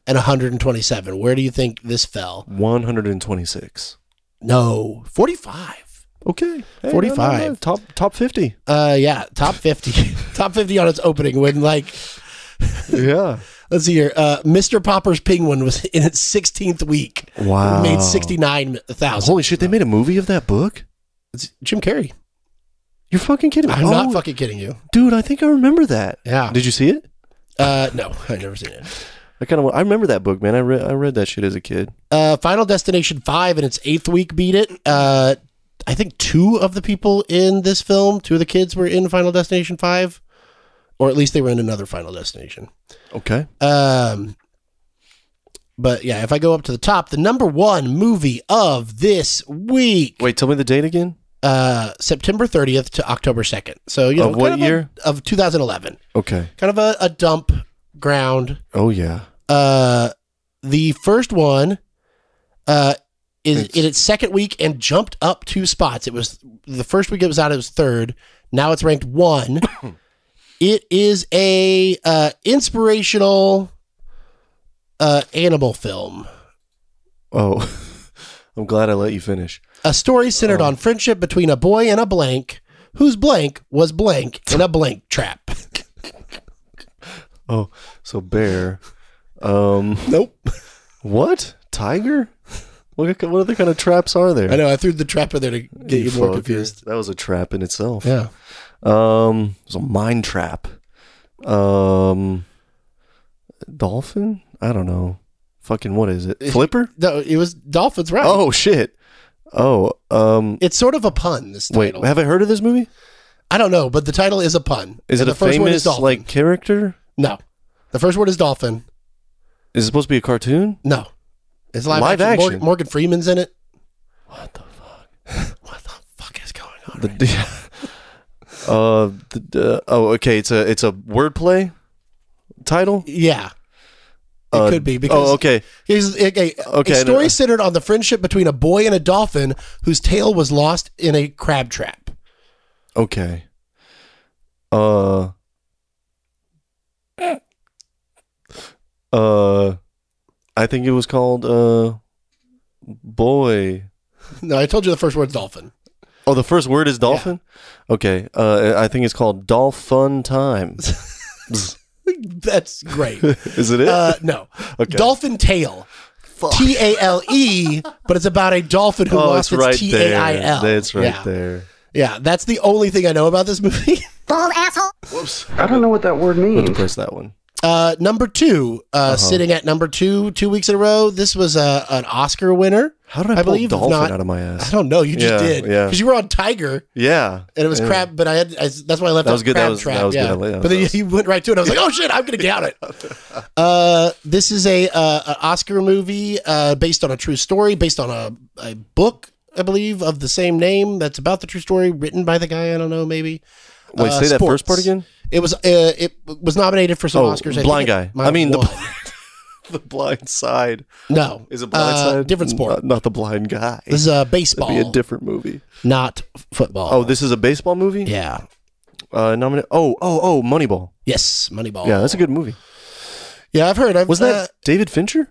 and 127. Where do you think this fell? One hundred and twenty-six. No, 45. Okay, Hey, 45. top top fifty. Uh, yeah, top 50. top 50 on its opening when like. Yeah, Let's see here. Uh, Mr. Popper's Penguin was in its 16th week. Wow. Made 69,000. holy shit! They made a movie of that book. It's Jim Carrey. You're fucking kidding me, I'm Oh, not fucking kidding you. dude. I think I remember that. Yeah. Did you see it? Uh, no, I've never seen it. I kind of I remember that book, man. I read I read that shit as a kid. Uh, Final Destination 5 in its eighth week beat it. Uh, I think two of the people in this film, two of the kids were in Final Destination 5, or at least they were in another Final Destination. Okay. Um, but yeah, if I go up to the top, the number one movie of this week. Wait, tell me the date again. uh, September 30th to October 2nd. So you know, Of what kind a- year? of 2011. Okay. Kind of a, a dump ground. Oh yeah. Uh, the first one uh, is It's- in its second week and jumped up two spots. It was the first week it was out, it was third. Now it's ranked one. it is a uh, inspirational uh, animal film. Oh, I'm glad I let you finish. A story Oh. centered on friendship between a boy and a blank, whose blank was blank in a blank trap. Oh, so bear. Um, nope. what tiger? What what other kind of traps are there? I know. I threw the trap in there to get you, more fucker. confused. That was a trap in itself. Yeah. Um, it was a mine trap. Um, dolphin? I don't know. Fucking what is it? Flipper? No, it was Dolphins, right? Oh shit. Oh, um, It's sort of a pun, this wait. title. Have I heard of this movie? I don't know, but the title is a pun. Is And it the a famous dolphin. like character? No. The first word is dolphin. Is it supposed to be a cartoon? No. It's live, Live action. Mor- action. Morgan Freeman's in it. What the fuck? what the fuck is going on? The, uh, the, uh, oh, okay. It's a it's a wordplay title. Yeah. It Uh, could be because oh, okay. Here's, okay, Okay, a I story know. centered on the friendship between a boy and a dolphin whose tail was lost in a crab trap. Okay. Uh. Uh, I think it was called uh, boy. No, I told you the first word's dolphin. Oh, the first word is dolphin. Okay. Uh, I think it's called Dolphin Time. That's great. is it it? Uh, no. Okay. Dolphin tail. T A L E, but it's about a dolphin who oh, lost it's right its T A I there. L. That's right yeah. there. Yeah, that's the only thing I know about this movie. Bald asshole. I don't know what that word Hmm. I have to means. press that one. Uh, number two, uh, Uh-huh. sitting at number two, two weeks in a row. This was a, an Oscar winner. How did I, I pull believe dolphin not- out of my ass? I don't know. You just Yeah, did. yeah. Because you were on Tiger Yeah, and it was Yeah. crab, but I had, I, that's why I left That was good. That crab was- trap. that was good. yeah. I like that. But then That you, was- you went right to it. I was like, oh shit, I'm going to get it. Uh, this is a, uh, an Oscar movie, uh, based on a true story, based on a, a book, I believe, of the same name that's about the true story, written by the guy, I don't know, maybe. Wait, Uh, say that sports. first part again. It was uh, it was nominated for some Oh, Oscars. think blind it guy. might I mean, the have blind- The blind side won. no is a blind Uh, side. different sport. Not, not the blind guy. This is a It'd baseball, be a different movie. not football. Oh, this is a baseball movie. yeah, Uh, nominate. Oh, oh, oh, Moneyball. yes, Moneyball. Yeah, that's a good movie. Yeah, I've heard. I've, Wasn't uh, that David Fincher?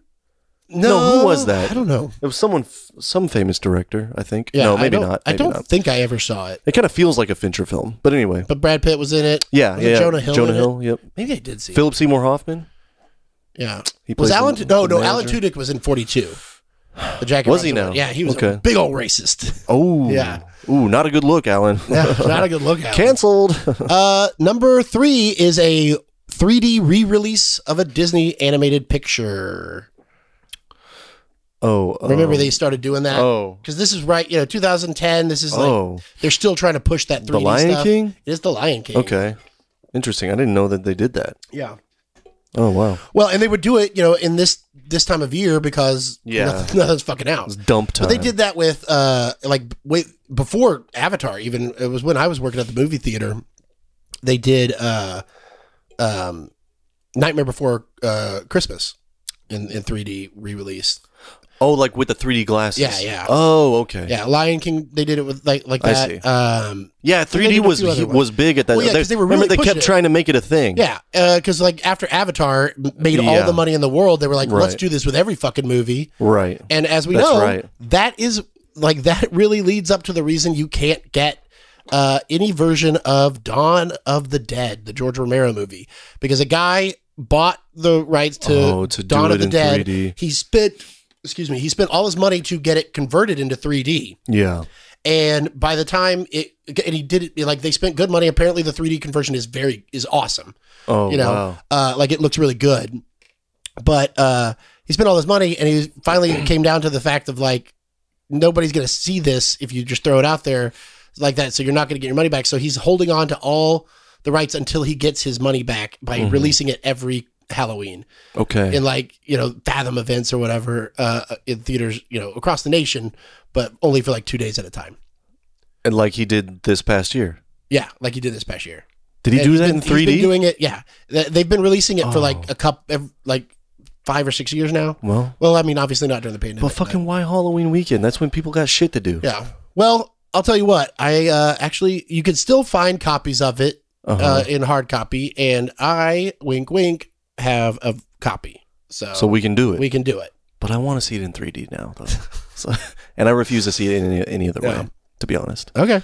no, no, who was that? I don't know. It was someone, f- some famous director, I think. Yeah, no, I maybe don't- not. I maybe don't not. think I ever saw it. It kind of feels like a Fincher film, but anyway. But Brad Pitt was in it. Yeah, Was it yeah. yeah. Jonah Hill Jonah in it? Hill. Yep. Maybe I did see. it. Philip Seymour Hoffman. Yeah, He was plays Alan? the- no, the no. Alan manager. Tudyk was in Forty Two. The Jack. Was he Rogers now? one. Yeah, he was a Okay. big old racist. Oh, Yeah. Ooh, not a good look, Alan. Yeah, not a good look. Alan. Cancelled. Uh, number three is a 3D re-release of a Disney animated picture. oh, um, Remember they started doing that? Oh. because this is right. You know, 2010. This is like Oh. they're still trying to push that 3D. Lion stuff. King? It is the Lion King. Okay. Interesting. I didn't know that they did that. Yeah. Oh wow. Well, and they would do it, you know, in this this time of year because Yeah. nothing, nothing's fucking out. It's dump time. But they did that with uh like wait before Avatar even it was when I was working at the movie theater. They did uh um Nightmare Before uh Christmas in in 3D re-release. Oh, like with the 3D glasses. Yeah, yeah. Oh, okay. Yeah, Lion King they did it with like like I that. see. Um Yeah, they 3D did a was few other ones. was big at that. Well, yeah, 'cause they were remember really they pushing kept it. trying to make it a thing. yeah, because like after Avatar made all Yeah. the money in the world, they were like, "Let's Right. do this with every fucking movie." Right. And as we That's know, right. that is like that really leads up to the reason you can't get uh, any version of Dawn of the Dead, the George Romero movie, because a guy bought the rights to, Oh, to do Dawn it of the in Dead. 3D. He spent, excuse me, he spent all his money to get it converted into 3D. Yeah. And by the time it, and he did it, like they spent good money. Apparently, the 3D conversion is very is awesome Oh, you know, wow. uh, like it looks really good. But uh, he spent all this money, and he finally it came down to the fact of like nobody's going to see this if you just throw it out there like that. So you're not going to get your money back. So he's holding on to all the rights until he gets his money back by Mm-hmm. releasing it every Halloween Okay. in like you know Fathom events or whatever uh, in theaters you know across the nation, but only for like two days at a time. and like he did this past year. Yeah, like he did this past year. Did he And do he's that been- in Oh. he's been 3D? doing it, yeah. Th- They've been releasing it for like a cup, like five or six years now. Well, Well, I mean, obviously not during the pandemic. but fucking why Halloween weekend? That's when people got shit to do. yeah. Well, I'll tell you what. I uh, actually, you can still find copies of it Uh-huh. uh, in hard copy, and I, wink, wink, have a copy. So, so we can do it. Uh, we can do it. but I want to see it in 3D now, though. so, and I refuse to see it in any, any other Yeah. way, to be honest. Okay.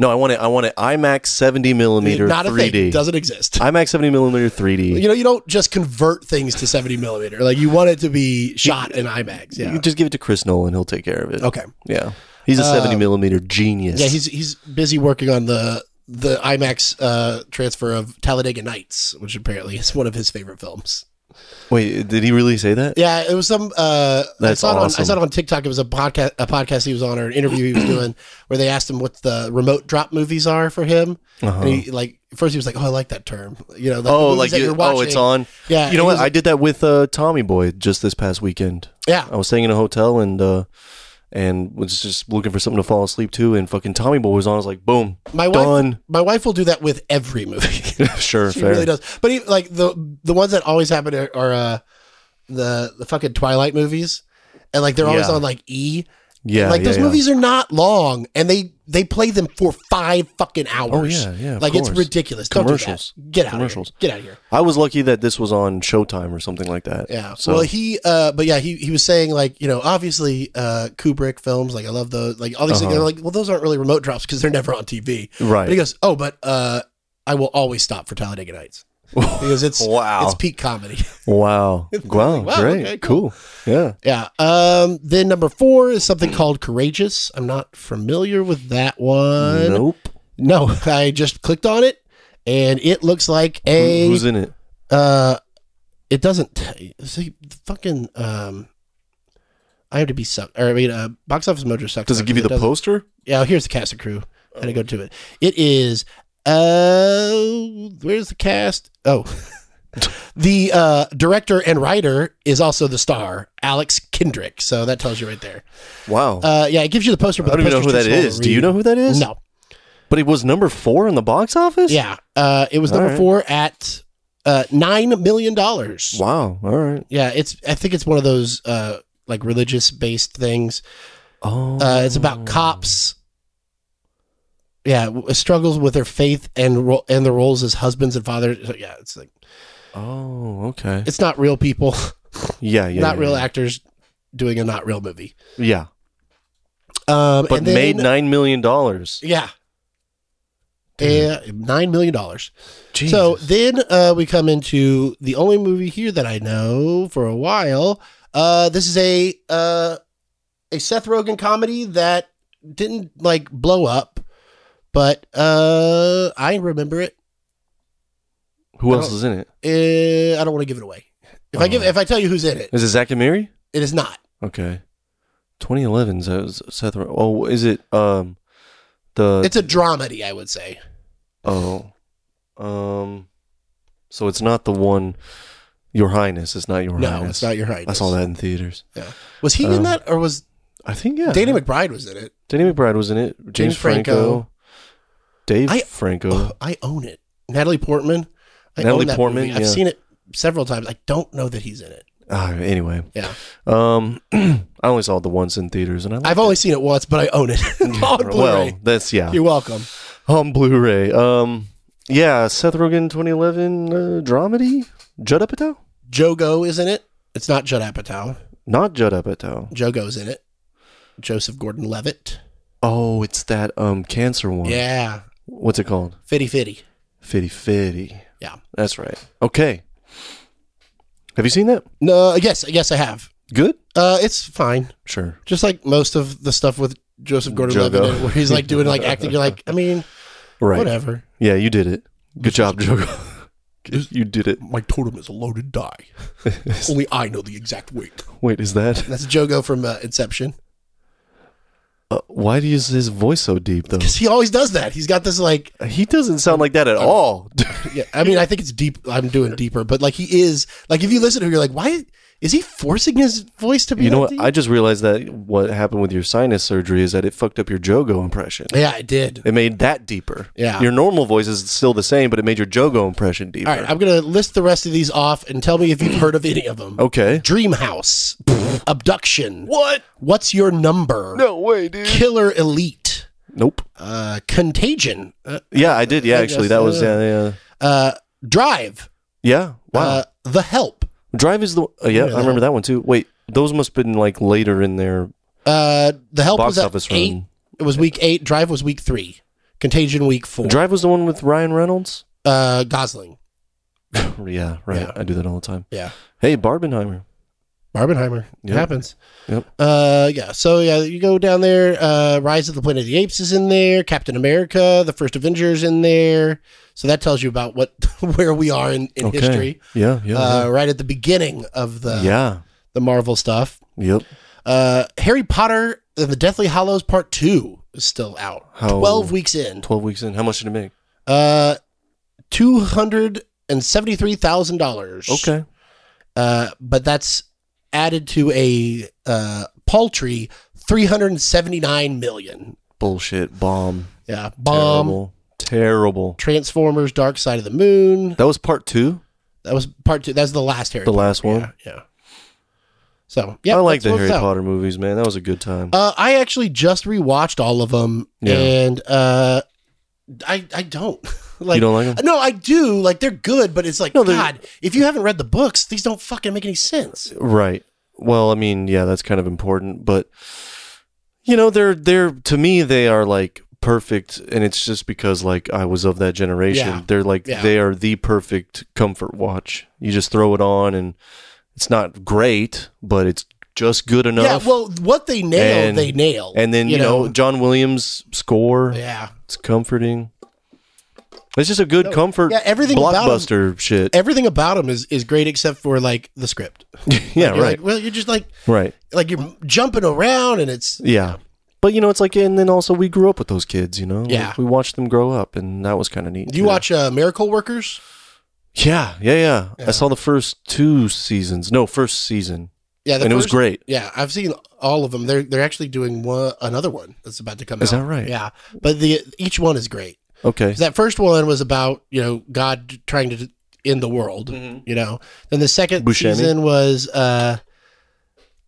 No, I want it. I want it IMAX 70 millimeter Not a 3D. thing. Doesn't exist. IMAX 70 millimeter 3D. you know, you don't just convert things to 70 millimeter. Like, you want it to be shot in IMAX. You Yeah. can just give it to Chris Nolan. He'll take care of it. okay. Uh, Yeah. He's a 70 millimeter genius. Yeah, he's he's busy working on the the IMAX uh, transfer of Talladega Nights, which apparently is one of his favorite films. Wait, did he really say that? Yeah, it was some. Uh, That's I saw awesome. it on I saw it on TikTok. It was a podcast a podcast he was on or an interview he was doing where they asked him what the remote drop movies are for him. Uh-huh. And he like at first he was like, "Oh, I like that term." You know, like the oh, movies like that you, you're oh, watching. it's on. Yeah, you know he what? was- I did that with uh, Tommy Boy just this past weekend. I Yeah, was staying in a hotel and uh, and was just looking for something to fall asleep to, and fucking Tommy Boy was on. I was like, boom, my wife. done. My wife will do that with every movie. sure, She fair. really does. But he, like the the ones that always happen are, are uh, the the fucking Twilight movies, and like they're always Yeah. on like E. Yeah, like yeah, those yeah. movies are not long, and they they play them for five fucking hours. Oh, yeah, yeah, of Like it's course. ridiculous. Don't do that. Commercials. Get out. Commercials. Of here. Get out of here. I was lucky that this was on Showtime or something like that. Yeah. So Well, he, uh, but yeah, he, he was saying like, you know, obviously, uh, Kubrick films, like I love those, like all these things. Uh-huh. They're like, well, those aren't really remote drops because they're never on TV. Right. But he goes, oh, but, uh, I will always stop for Talladega Nights because it's, Wow. it's peak comedy. wow, wow, Wow, great, okay, cool. Yeah. yeah. Um, then number four is something called Courageous. I'm not familiar with that one. Nope. No, I just clicked on it and it looks like a, Who's in it? uh, it doesn't t- see the fucking um. I have to be sucked. Or I mean, uh, box office mojo sucks. Does it give you the doesn't- poster? Yeah, here's the cast and crew. How Oh. to go to it? It is. Uh, where's the cast? Oh, the uh, director and writer is also the star, Alex Kendrick. So that tells you right there. Wow. Uh, yeah, it gives you the poster. But I don't the even know who poster's that too small to is. Do you read. know who that is? No. But it was number four in the box office? Yeah. Uh, it was All number right. four at uh nine million dollars. Wow. All right. Yeah, it's. I think it's one of those uh, like religious based things. Oh. Uh, it's about cops. Yeah, w- struggles with their faith and ro- and their roles as husbands and fathers. So, yeah, it's like Oh, okay. it's not real people, Yeah, yeah. not yeah, real yeah. actors doing a not real movie. Yeah. Um, But and then- made $9 million. Yeah. Yeah, Mm-hmm. nine million dollars. Jesus. So then uh, we come into the only movie here that I know for a while. Uh, this is a uh, a Seth Rogen comedy that didn't like blow up, but uh, I remember it. Who I else don't- is in it? Uh, I don't want to give it away. If I give, if I tell you who's in it, Is it Zach and Mary? it is not. Okay. 2011 says Seth. Ro- Oh, is it um the It's a dramedy, I would say. oh um so it's not the one Your Highness. It's not Your No, Highness. it's not your height. I saw that in theaters. Yeah. Was he in Um, that, or was I think yeah. Danny McBride was in it? Danny McBride was in it. James, James Franco. Franco. Dave I- Oh, Franco. I own it. Natalie Portman. I Natalie own that Portman, movie. I've yeah. seen it several times. I don't know that he's in it. Ah, anyway, Yeah. um, I only saw it the once in theaters, and I I've only seen it once, but I own it on Blu-ray. well, that's yeah. You're welcome. on Blu-ray. Um, yeah, Seth Rogen 2011 uh, dramedy. Judd Apatow? Jogo is in it. It's not Judd Apatow. Not Judd Apatow. Jogo's in it. Joseph Gordon-Levitt. Oh, it's that um cancer one. Yeah. What's it called? Fitty fitty. Fitty Fitty. Yeah. That's right. Okay. Have you seen that? No. Yes. Yes, I have. Good. Uh, it's fine. Sure. Just like most of the stuff with Joseph Gordon-Levitt, Jogo. in it, where he's like doing like acting. You're like, I mean, Right. whatever. Yeah, you did it. Good job, Jogo. you did it. My totem is a loaded die. Only I know the exact weight. Wait, is that? That's Jogo from uh, Inception. Uh, why do you use his voice so deep though? Because he always does that. He's got this like, He doesn't sound like that at all. yeah. I mean, I think it's deep. I'm doing deeper, but like he is like if you listen to him, you're like, why Is he forcing his voice to be? You know that what? deep? I just realized that what happened with your sinus surgery is that it fucked up your Jogo impression. yeah, I did. It made that deeper. Yeah. Your normal voice is still the same, but it made your Jogo impression deeper. All right, I'm gonna list the rest of these off and tell me if you've heard of any of them. Okay. Dream House, Abduction, What? What's Your Number, No way, dude. Killer Elite, Nope. uh, Contagion, uh, Yeah, I did. Yeah, I actually, guess, that was uh, yeah, yeah. uh, Drive, Yeah. Wow. uh, The Help, Drive is the uh, yeah. yeah, I remember that one too. Wait, those must have been like later in their Uh, the help Box was at office eight. run. It was week eight. Drive was week three. Contagion week four. Drive was the one with Ryan Reynolds. uh, Gosling. yeah, right. Yeah. I do that all the time. Yeah. Hey, Barbenheimer. Barbenheimer. It Yep. happens. Yep. Uh, yeah. So yeah, you go down there. Uh, Rise of the Planet of the Apes is in there. Captain America, the first Avengers in there. So that tells you about what where we are in, in Okay. history. Yeah, yeah, Uh, right at the beginning of the yeah. yeah. the Marvel stuff. Yep. Uh, Harry Potter and the Deathly Hollows Part Two is still out. How- Twelve weeks in. Twelve weeks in. How much did it make? Uh, two hundred and seventy-three thousand dollars. Okay. Uh, but that's added to a uh, paltry three hundred and seventy-nine million. Bullshit. Bomb. Yeah, bomb. Terrible. Terrible. Transformers: Dark Side of the Moon. That was part two. That was part two. That's the last Harry. The Potter. last one. Yeah, yeah. So yeah, I like that's the what's Harry out. Potter movies, man. That was a good time. Uh, I actually just rewatched all of them, Yeah. and uh, I I don't like. You don't like 'em? No, I do. Like they're good, but it's like No, they're- God. If you haven't read the books, these don't fucking make any sense. right. Well, I mean, yeah, that's kind of important, but you know, they're they're to me they are like perfect, and it's just because like I was of that generation. Yeah. They're like Yeah. they are the perfect comfort watch. You just throw it on, and it's not great, but it's just good enough. Yeah. Well, what they nail, And- they nail. and then you, know, John Williams score. yeah. It's comforting. It's just a good comfort. yeah, everything about 'em- blockbuster shit. Everything about them is, is great except for like the script. You're yeah, right, Like, well, you're just like right. like you're jumping around and it's Yeah. But you know, it's like, and then also we grew up with those kids. You know, Yeah. we, we watched them grow up, and that was kind of neat. Do you too. watch uh, Miracle Workers? Yeah, yeah, yeah, I saw the first two seasons. No, first season, Yeah, the and it was first- great. Yeah, I've seen all of them. They're they're actually doing one another one that's about to come Is out. that right? Yeah, but the each one is great. Okay. 'Cause That first one was about you know God trying to end the world. You know, then the second Buscemi? season was uh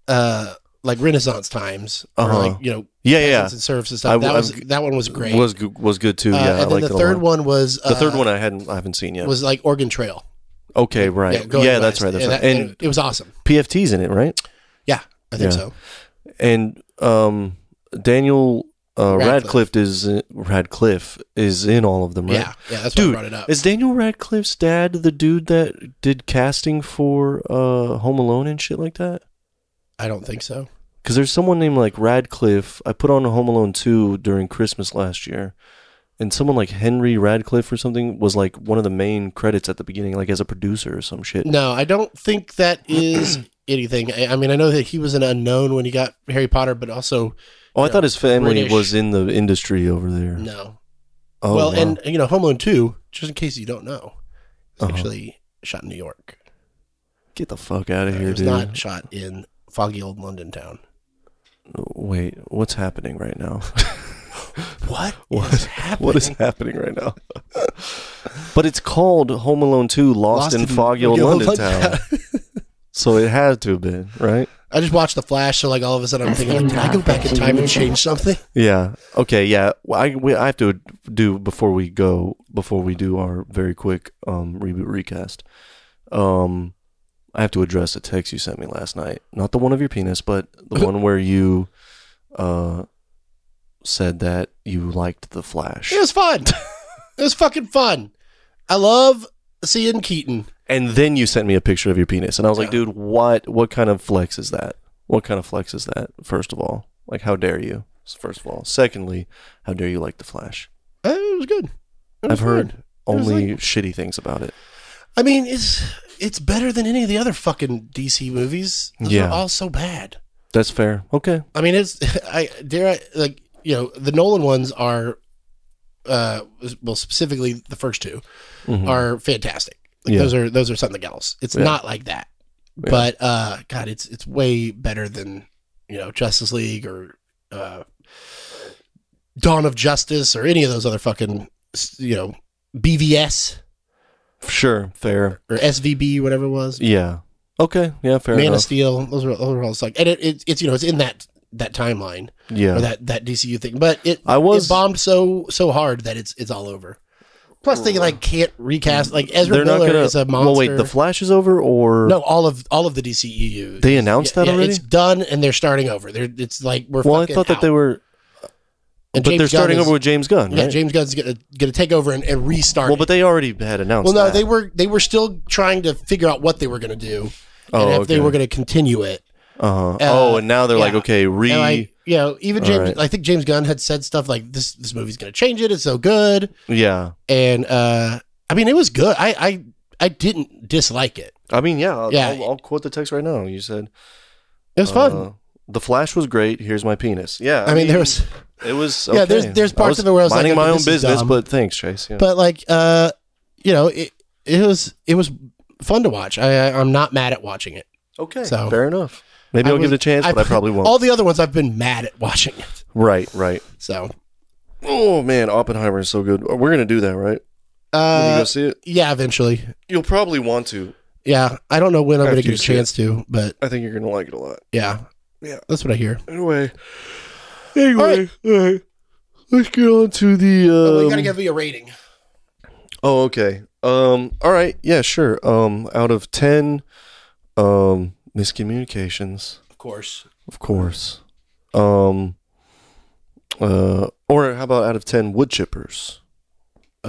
uh like Renaissance times or Uh-huh. like you know Yeah, yeah. peasants and serfs and stuff. I- that was I've- that one was great. Was good, was good too. Uh, yeah, I and then liked the it a third lot. one was uh, The third one I hadn't, I haven't seen yet. was like Oregon Trail. okay, right. Yeah, going that's west. right. That's and right. that- And, and it was awesome. PFT's in it, right? Yeah, I think Yeah. so. And um, Daniel uh, Radcliffe. Radcliffe. is Radcliffe is in all of them, right? Yeah, yeah. That's why I dude, brought it up. is Daniel Radcliffe's dad the dude that did casting for uh, Home Alone and shit like that? I don't think so. Because there's someone named like Radcliffe. I put on Home Alone two during Christmas last year, and someone like Henry Radcliffe or something was like one of the main credits at the beginning, like as a producer or some shit. No, I don't think that is anything. I, I mean, I know that he was an unknown when he got Harry Potter, but also oh, I no, thought his family British. was in the industry over there. no. Oh, well, wow. and you know, Home Alone Two, just in case you don't know, it's Uh-huh. actually shot in New York. get the fuck out of Uh, here, it was dude. not shot in foggy old London town. Wait, what's happening right now? What? What- is happening? what is happening right now? but it's called Home Alone 2 Lost, in Foggy Old London, Town. so it had to have been, right? I just watched The Flash, so like all of a sudden I'm thinking, like, can I go back in time and change something? Yeah. Okay, yeah. Well, I, we, I have to do before we go, before we do our very quick um, reboot recast. Um, I have to address a text you sent me last night. Not the one of your penis, but the one where you uh, said that you liked The Flash. It was fun. it was fucking fun. I love seeing Keaton. and then you sent me a picture of your penis and i was like dude what what kind of flex is that what kind of flex is that first of all like how dare you first of all secondly how dare you like the flash Uh, It was good. It was i've heard fun. was only shitty things about it I mean, it's it's better than any of the other fucking DC movies. Those Yeah. are all so bad. that's fair okay I mean, it's I dare I like you know the Nolan ones are, uh, well specifically the first two Mhm. are fantastic. Like, Yeah. Those are those are something else. It's Yeah. not like that. But uh, God, it's it's way better than you know Justice League or uh, Dawn of Justice or any of those other fucking you know BVS Sure, fair. or SVB whatever it was. Yeah. Okay. Yeah, fair Man of enough. Steel. Those are those are all like, and it, it, it's you know it's in that that timeline yeah. or that that DCU thing. But it I was- it bombed so so hard that it's it's all over. Plus, they like can't recast like Ezra They're not Miller gonna. is a monster. Well, wait. The Flash is over, or no, all of all of the E DCEU. They announced that already? It's done, and they're starting over. They're it's like we're. Well, I fucking thought that out. they were, And but James they're starting Gunn is- over with James Gunn, Yeah, right? James Gunn's gonna gonna take over and, and restart. well, it. but they already had announced. well, no, that. they were they were still trying to figure out what they were gonna do Oh, and if they okay. were gonna continue it. Uh-huh. oh, uh, and now they're like, yeah. okay, re. And like you know, even All James, right. I think James Gunn had said stuff like this. This movie's gonna change it. It's so good, yeah. and uh, I mean, it was good. I I I didn't dislike it. I mean, yeah. I'll, Yeah. I'll, I'll quote the text right now. You said It was fun. uh, the Flash was great. Here's my penis. Yeah. I mean, there was, It was. Yeah, there's- okay. there's parts of it where I was like, minding okay, my own this is business, dumb. but thanks, Chase. Yeah. but like, uh, you know, it it was it was fun to watch. I, I I'm not mad at watching it. okay. so- fair enough. Maybe I I'll give was- it a chance, but I probably won't. All the other ones I've been mad at watching it. right. Right. So, Oh man, Oppenheimer is so good. We're gonna do that, right? When you uh, go see it, yeah, eventually. you'll probably want to. Yeah, I don't know when I'm After going to get you a see chance to, but I think you're gonna like it a lot. yeah, Yeah. that's what I hear. Anyway. Anyway. Let's get on to the. Um, well, you got to give me a rating. oh, okay. Um. All right. Yeah. Sure. Um. Out of ten, um, miscommunications, Of course. of course. Um. Uh. Or how about out of ten wood chippers? Or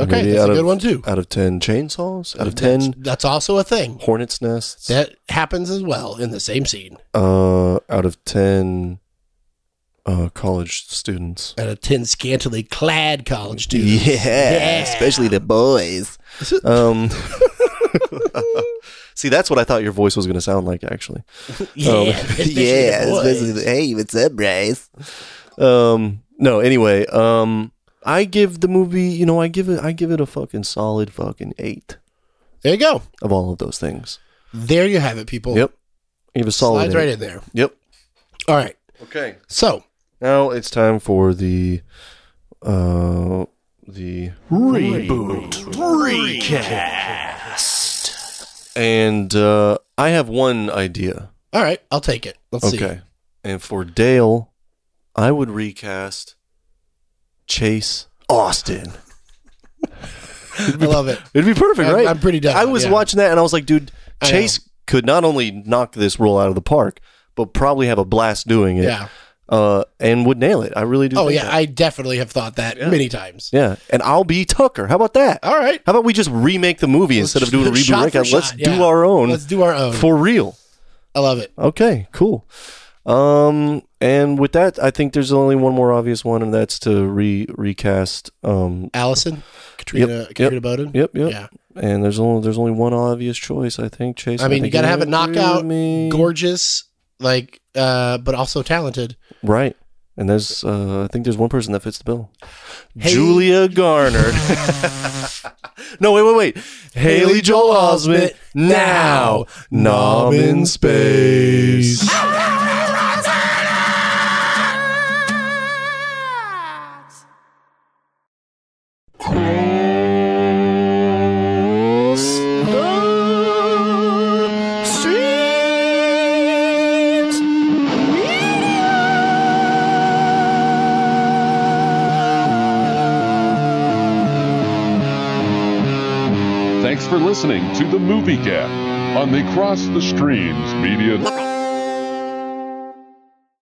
Okay, maybe that's a out good of- one too. Out of ten chainsaws. Out of That's- ten That's, also a thing hornets nests. that happens as well in the same scene. uh. Out of ten. Uh, college students. And a ten scantily clad college dude. especially the boys. Um, see, that's what I thought your voice was going to sound like, actually. yeah, um, especially the boys. hey, what's up, Bryce? Um, no, anyway, um, I give the movie, you know, I give it, I give it a fucking solid fucking eight There you go. of all of those things. There you have it, people. Yep, I give a solid. Slides eight. right in there. Yep. All right. Okay. So Now it's time for the, uh, the Recast. and uh, I have one idea. all right, I'll take it. Let's Okay. And for Dale, I would recast Chase Austin. see. I love it. It'd be perfect, I'm- right? I'm pretty down, I was yeah. watching that and I was like, dude, I know. Chase could not only knock this role out of the park, but probably have a blast doing it. Yeah. Uh, and would nail it. I really do. Oh think yeah, that. I definitely have thought that many times. yeah. And I'll be Tucker. How about that? All right. How about we just remake the movie Let's instead of doing a just- reboot? shot for recast? Let's shot, do yeah. our own Let's do our own. for real. I love it. Okay, cool. Um, and with that, I think there's only one more obvious one, and that's to re recast. Um, Allison, Katrina, Yep, Katrina yep, Bowden. yep, yep. Yeah. And there's only there's only one obvious choice, I think. Chase. I mean, you think got to have a would agree knockout, with me. gorgeous, like, uh, but also talented. right? And there's, uh, I think there's one person that fits the bill. Hey- Julia Garner. no, wait, wait, wait. Haley Joel Osment now. Nom in space. Thanks for listening to The Movie Gap on the Cross the Streams Media.